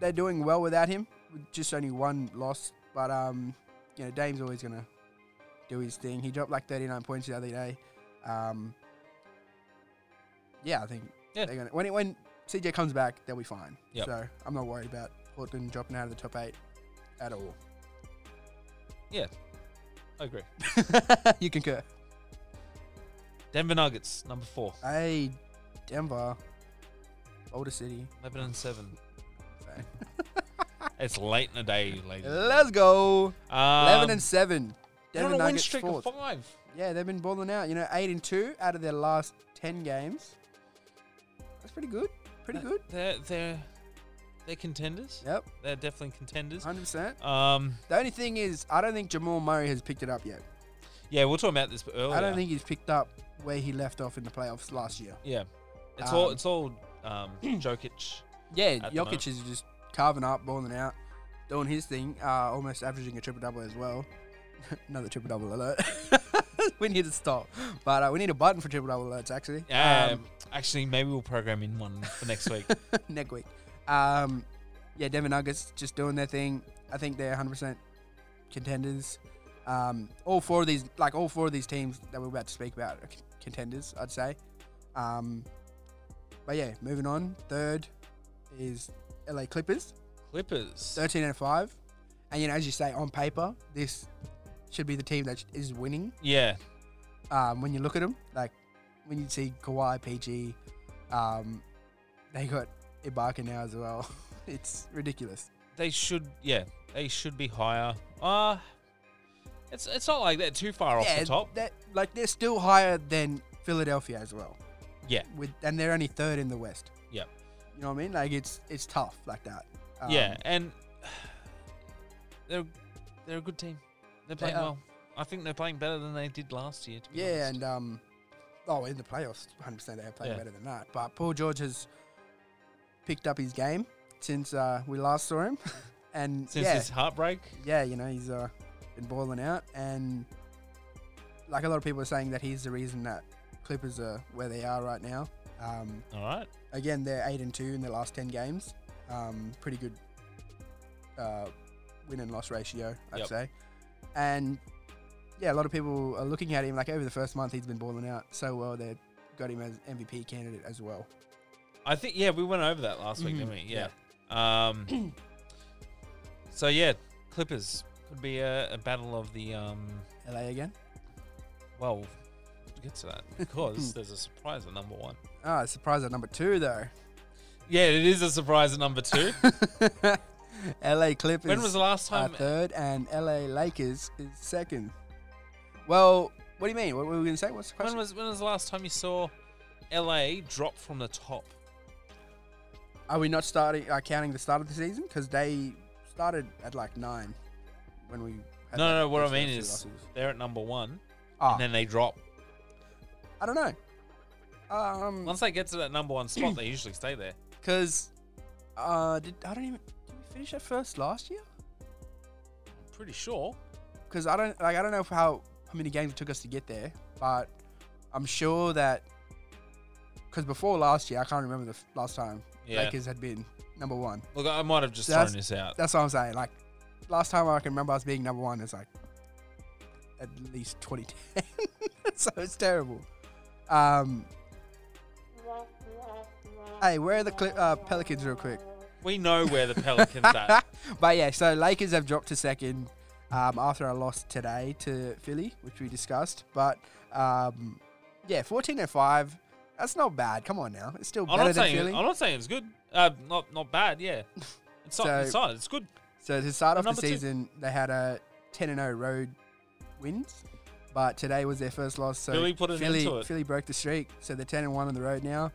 Speaker 1: they're doing well without him. With just only one loss, but um, you know Dame's always gonna do his thing. He dropped like 39 points the other day. Um, yeah, I think
Speaker 2: Yeah.
Speaker 1: they're gonna when it, when CJ comes back, they'll be fine.
Speaker 2: Yep.
Speaker 1: So I'm not worried about Portland dropping out of the top eight at all.
Speaker 2: I agree.
Speaker 1: you concur.
Speaker 2: Denver Nuggets, number four,
Speaker 1: Hey, Denver, Boulder City.
Speaker 2: 11 and 7. It's late in the day, ladies.
Speaker 1: Let's go.
Speaker 2: Um,
Speaker 1: Eleven and seven.
Speaker 2: they're on
Speaker 1: Denver
Speaker 2: a win
Speaker 1: Nuggets
Speaker 2: streak
Speaker 1: fourth.
Speaker 2: of five.
Speaker 1: Yeah, they've been balling out. You know, eight and two out of their last ten games. That's pretty good. Pretty good.
Speaker 2: They're, they're, they're contenders.
Speaker 1: Yep,
Speaker 2: They're definitely contenders.
Speaker 1: hundred percent.
Speaker 2: Um,
Speaker 1: The only thing is, I don't think Jamal Murray has picked it up yet.
Speaker 2: yeah, we'll talk about this earlier.
Speaker 1: I don't think he's picked up where he left off in the playoffs last year.
Speaker 2: Yeah. It's all,
Speaker 1: Um,
Speaker 2: it's all um, Jokic.
Speaker 1: Yeah,
Speaker 2: At the
Speaker 1: Jokic is just carving up, balling out, doing his thing, uh, almost averaging a triple double as well. Another triple double alert. we need to stop, but uh, we need a button for triple double alerts actually.
Speaker 2: Um, actually, maybe we'll program in one for next week.
Speaker 1: Um, next week. Um, yeah, Denver Nuggets just doing their thing. I think they're 100% contenders. Um, all four of these, like all four of these teams that we're about to speak about, are con- contenders. I'd say. Um, but yeah, moving on. Third is LA Clippers.
Speaker 2: Clippers.
Speaker 1: 13 and 5. And, you know, as you say, on paper, this should be the team that is winning
Speaker 2: Yeah.
Speaker 1: um, when you look at them. Like, when you see Kawhi, PG, um, they got Ibaka now as well. it's ridiculous.
Speaker 2: they should yeah they should be higher uh it's it's not like they're too far off
Speaker 1: yeah,
Speaker 2: the top
Speaker 1: That, like, they're still higher than Philadelphia as well.
Speaker 2: Yeah.
Speaker 1: With, and they're only third in the West. You know what I mean? Like it's it's tough like that. Um,
Speaker 2: yeah, and they're they're a good team. They're playing
Speaker 1: are.
Speaker 2: well. I think they're playing better than they did last year. To be
Speaker 1: Yeah,
Speaker 2: honest.
Speaker 1: and um, oh, in the playoffs, 100 percent they have played
Speaker 2: Yeah.
Speaker 1: better than that. But Paul George has picked up his game since uh, we last saw him, and
Speaker 2: since
Speaker 1: yeah,
Speaker 2: his heartbreak,
Speaker 1: yeah, you know he's uh, been balling out, and like a lot of people are saying that he's the reason that Clippers are where they are right now. Um,
Speaker 2: all right.
Speaker 1: again, they're eight and two in their last ten games. Um, pretty good uh, win and loss ratio, I'd
Speaker 2: Yep.
Speaker 1: say. And yeah, a lot of people are looking at him like over the first month he's been balling out so well. They got him as MVP candidate as well.
Speaker 2: I think yeah, we went over that last week,
Speaker 1: Mhm,
Speaker 2: didn't we? Mm-hmm. Yeah. Um. so yeah, Clippers could be a, a battle of the um.
Speaker 1: LA again.
Speaker 2: Well, we'll get to that because there's a surprise at number one.
Speaker 1: Ah, surprise at number two though.
Speaker 2: Yeah, it is a surprise at number two.
Speaker 1: LA Clippers.
Speaker 2: when was the last
Speaker 1: are
Speaker 2: time?
Speaker 1: third, and LA Lakers is second. Well, what do you mean? What were we going to say? What's the
Speaker 2: When
Speaker 1: question?
Speaker 2: was when was the last time you saw LA drop from the top?
Speaker 1: Are we not starting uh, counting the start of the season because they started at like nine when we? Had
Speaker 2: No,
Speaker 1: like,
Speaker 2: no, no, what
Speaker 1: those
Speaker 2: I mean
Speaker 1: first two
Speaker 2: is-
Speaker 1: losses.
Speaker 2: They're at number one,
Speaker 1: Ah,
Speaker 2: and then they drop.
Speaker 1: I don't know. Um,
Speaker 2: Once they get to that number one spot, they usually stay there.
Speaker 1: because uh, did I don't even did we finish at first last year?
Speaker 2: Pretty sure.
Speaker 1: Because I don't like I don't know how how many games it took us to get there, but I'm sure that because before last year I can't remember the f- last time
Speaker 2: Yeah.
Speaker 1: Lakers had been number one.
Speaker 2: Look, I might have just
Speaker 1: That's-
Speaker 2: thrown this out.
Speaker 1: That's what I'm saying. Like last time I can remember us being number one is like at least 2010. so it's terrible. Um, hey, where are the Cli- uh, Pelicans real quick?
Speaker 2: We know where the Pelicans at.
Speaker 1: but yeah, so Lakers have dropped to second um, after a loss today to Philly, which we discussed. But um, yeah, 14 and 5. That's not bad. Come on now. It's still
Speaker 2: I'm
Speaker 1: better
Speaker 2: not
Speaker 1: than
Speaker 2: saying
Speaker 1: Philly.
Speaker 2: I'm not saying it's good. Uh, not not bad. Yeah, it's not.
Speaker 1: So-
Speaker 2: it's not. It's good.
Speaker 1: So to start off the
Speaker 2: Number two.
Speaker 1: season, they had a 10 and 0 road wins, but today was their first loss. So
Speaker 2: Philly put an end
Speaker 1: Philly,
Speaker 2: to it.
Speaker 1: Philly broke the streak, so they're 10 and 1 on the road now.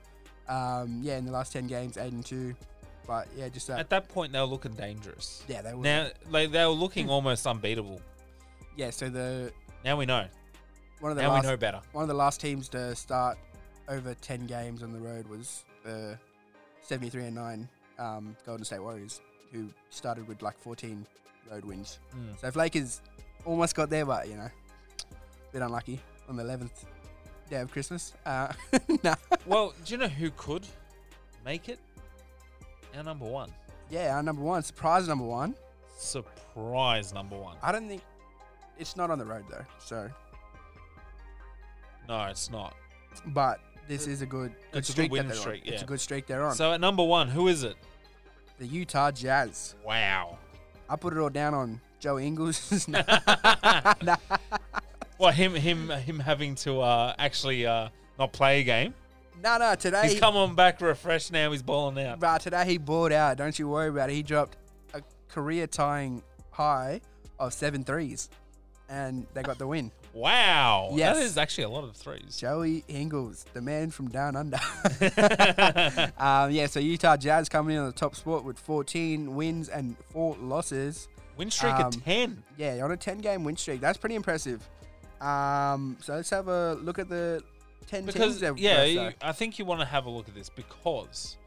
Speaker 1: Um, yeah, in the last 10 games, 8 and 2. But yeah, just that.
Speaker 2: At that point, they were looking dangerous.
Speaker 1: yeah, they were.
Speaker 2: Now, like they were looking almost unbeatable.
Speaker 1: yeah, so the
Speaker 2: Now we know.
Speaker 1: one of the
Speaker 2: Now
Speaker 1: last
Speaker 2: we know better.
Speaker 1: one of the last teams to start over 10 games on the road was the 73 and 9 um, Golden State Warriors, who started with like 14 road wins.
Speaker 2: Mm.
Speaker 1: So Lakers almost got there, but you know, bit unlucky on the eleventh day of Christmas. Uh, nah.
Speaker 2: well, do you know who could make it? Our number one.
Speaker 1: Yeah, our number one surprise number one.
Speaker 2: Surprise number one.
Speaker 1: I don't think it's not on the road though. So,
Speaker 2: No, it's not.
Speaker 1: but this is a good good
Speaker 2: It's a good
Speaker 1: streak. that
Speaker 2: winning
Speaker 1: they're on.
Speaker 2: streak,
Speaker 1: It's
Speaker 2: yeah.
Speaker 1: a good streak they're on.
Speaker 2: So at number one, who is it?
Speaker 1: the Utah Jazz.
Speaker 2: Wow.
Speaker 1: I put it all down on Joe Ingles. Nah, nah.
Speaker 2: Well, him, him, him having to uh, actually uh, not play a game.
Speaker 1: No, no. Today,
Speaker 2: He's come on back refreshed now. He's balling out.
Speaker 1: Bruh, today he balled out. Don't you worry about it. He dropped a career tying high of seven threes, and they got the win.
Speaker 2: Wow.
Speaker 1: Yes.
Speaker 2: That is actually a lot of threes.
Speaker 1: Joey Ingles, the man from down under. um, yeah, so Utah Jazz coming in on the top spot with 14 wins and four losses.
Speaker 2: Win streak
Speaker 1: Um,
Speaker 2: at 10.
Speaker 1: Yeah, on a 10 game win streak. That's pretty impressive. Um, so let's have a look at the 10 teams.
Speaker 2: Because,
Speaker 1: they've
Speaker 2: yeah,
Speaker 1: versed,
Speaker 2: you,
Speaker 1: though.
Speaker 2: I think you want to have a look at this because,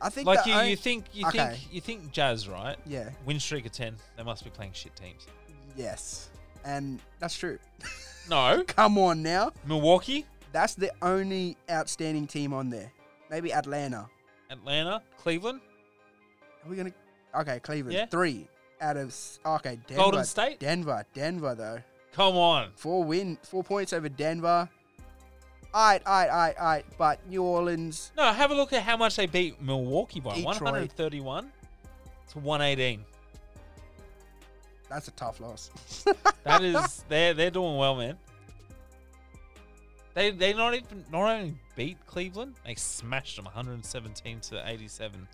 Speaker 1: I think
Speaker 2: like,
Speaker 1: the
Speaker 2: you,
Speaker 1: only-
Speaker 2: you think, you
Speaker 1: okay.
Speaker 2: think, you think Jazz, right?
Speaker 1: yeah,
Speaker 2: Win streak at 10. They must be playing shit teams.
Speaker 1: yes, and that's true.
Speaker 2: No.
Speaker 1: Come on now,
Speaker 2: Milwaukee,
Speaker 1: that's the only outstanding team on there. Maybe Atlanta.
Speaker 2: Atlanta, Cleveland,
Speaker 1: Are we gonna? Okay, Cleveland.
Speaker 2: Yeah.
Speaker 1: Three out of s- okay. Denver,
Speaker 2: Golden State?
Speaker 1: Denver. Denver though.
Speaker 2: Come on.
Speaker 1: Four win, four points over Denver. All right, all right, all right, all right. But New Orleans,
Speaker 2: No, have a look at how much they beat Milwaukee by
Speaker 1: Detroit.
Speaker 2: 131 to 118.
Speaker 1: that's a tough loss.
Speaker 2: That is they're they're doing well, man. They they not even not only beat Cleveland, they smashed them 117 to 87.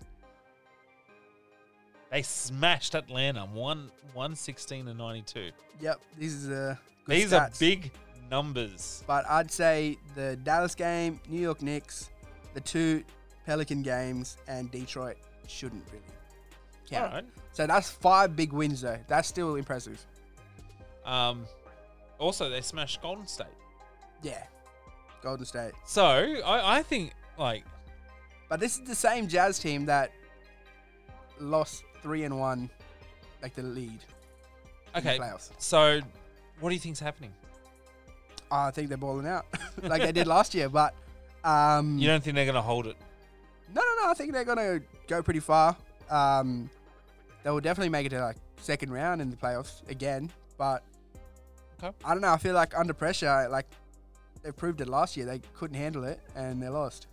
Speaker 2: They smashed Atlanta one 116 to 92.
Speaker 1: yep, these is a good
Speaker 2: These
Speaker 1: stats.
Speaker 2: are big numbers.
Speaker 1: But I'd say the Dallas game, New York Knicks, the two Pelican games, and Detroit shouldn't really.
Speaker 2: All
Speaker 1: count.
Speaker 2: right.
Speaker 1: So that's five big wins though. That's still impressive.
Speaker 2: Um, also, they smashed Golden State.
Speaker 1: Yeah. Golden State.
Speaker 2: So I, I think like
Speaker 1: But this is the same Jazz team that lost three and one, like the lead in
Speaker 2: okay.
Speaker 1: the playoffs.
Speaker 2: So what do you think's happening?
Speaker 1: I think they're balling out, like they did last year. But um,
Speaker 2: You don't think they're gonna hold it?
Speaker 1: no, no, no. I think they're gonna go pretty far. Um, they will definitely make it to like second round in the playoffs again. But
Speaker 2: Okay.
Speaker 1: I don't know. I feel like under pressure, like they proved it last year, they couldn't handle it and they lost.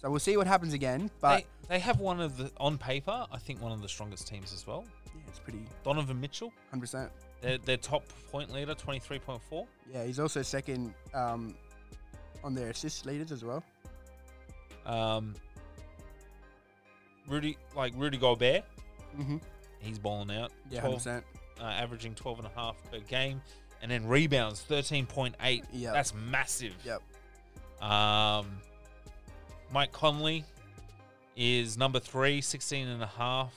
Speaker 1: So we'll see what happens again. But
Speaker 2: They, they have one of the on paper. I think one of the strongest teams as well.
Speaker 1: yeah, it's pretty
Speaker 2: Donovan Mitchell,
Speaker 1: hundred percent.
Speaker 2: their, their top point leader, twenty three point four.
Speaker 1: Yeah, he's also second um, on their assist leaders as well.
Speaker 2: Um, Rudy like Rudy Gobert,
Speaker 1: Mm-hmm.
Speaker 2: he's balling out.
Speaker 1: Yeah, hundred percent.
Speaker 2: 12, uh, averaging 12 and a half per game. And then rebounds, 13.8.
Speaker 1: Yep.
Speaker 2: That's massive.
Speaker 1: Yep.
Speaker 2: Um, Mike Conley is number three, 16 and a half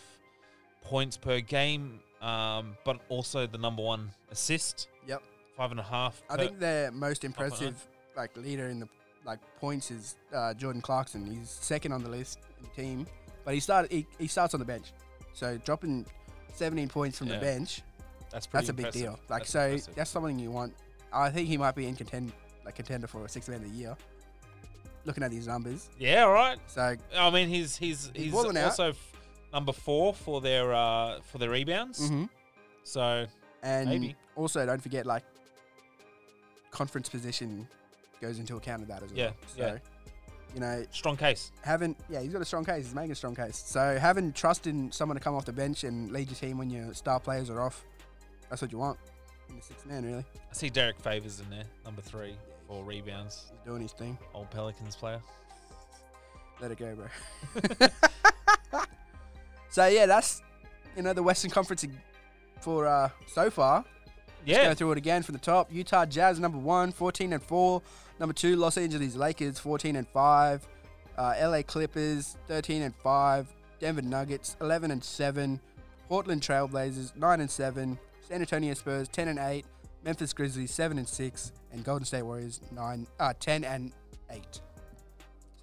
Speaker 2: points per game, um, but also the number one assist,
Speaker 1: Yep.
Speaker 2: five and a half.
Speaker 1: I
Speaker 2: per-
Speaker 1: think their most impressive like leader in the like points is uh, Jordan Clarkson. He's second on the list in the team, but he started he, he starts on the bench, so dropping 17 points from
Speaker 2: Yeah.
Speaker 1: the bench
Speaker 2: that's pretty
Speaker 1: that's a big
Speaker 2: impressive.
Speaker 1: deal. Like
Speaker 2: That's
Speaker 1: so
Speaker 2: impressive.
Speaker 1: that's something you want. I think he might be in contend like contender for a sixth man of the year. Looking at these numbers,
Speaker 2: yeah, all right.
Speaker 1: so
Speaker 2: I mean, he's he's
Speaker 1: He's
Speaker 2: he's,
Speaker 1: balling out.
Speaker 2: also f- number four for their uh, for their rebounds.
Speaker 1: mhm.
Speaker 2: So
Speaker 1: and
Speaker 2: Maybe.
Speaker 1: also don't forget like conference position goes into account of that as well.
Speaker 2: Yeah,
Speaker 1: So
Speaker 2: yeah.
Speaker 1: you know
Speaker 2: strong case.
Speaker 1: having yeah, he's got a strong case. He's making a strong case. So having trust in someone to come off the bench and lead your team when your star players are off, that's what you want in the sixth man. Really,
Speaker 2: I see Derek Favors in there, number three, four rebounds.
Speaker 1: he's doing his thing.
Speaker 2: Old Pelicans player.
Speaker 1: Let it go, bro. so yeah, that's you know the Western Conference for uh, so far. Let's
Speaker 2: Yeah,
Speaker 1: Go through it again from the top. Utah Jazz number one, 14 and four. Number two, Los Angeles Lakers, 14 and five. Uh, LA Clippers, 13 and five. Denver Nuggets, 11 and seven. Portland Trailblazers, nine and seven. San Antonio Spurs, 10 and eight. Memphis Grizzlies, seven and six. And Golden State Warriors, nine, uh, 10 and eight. So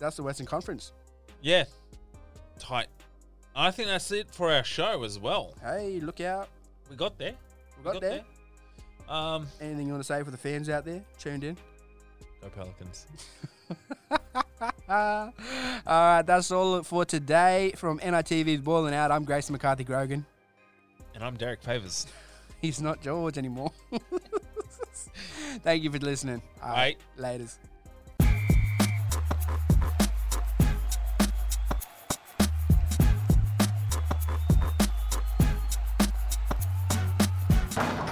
Speaker 1: that's the Western Conference.
Speaker 2: Yeah. Tight. I think that's it for our show as well.
Speaker 1: Hey, look out!
Speaker 2: We got there.
Speaker 1: We got, there.
Speaker 2: there. Um,
Speaker 1: Anything you want to say for the fans out there tuned in?
Speaker 2: go Pelicans.
Speaker 1: all right, that's all for today from NITV's Boiling Out. I'm Grace McCarthy Grogan.
Speaker 2: And I'm Derek Favors.
Speaker 1: He's not George anymore. Thank you for listening. All right, laters.
Speaker 2: Pelicans.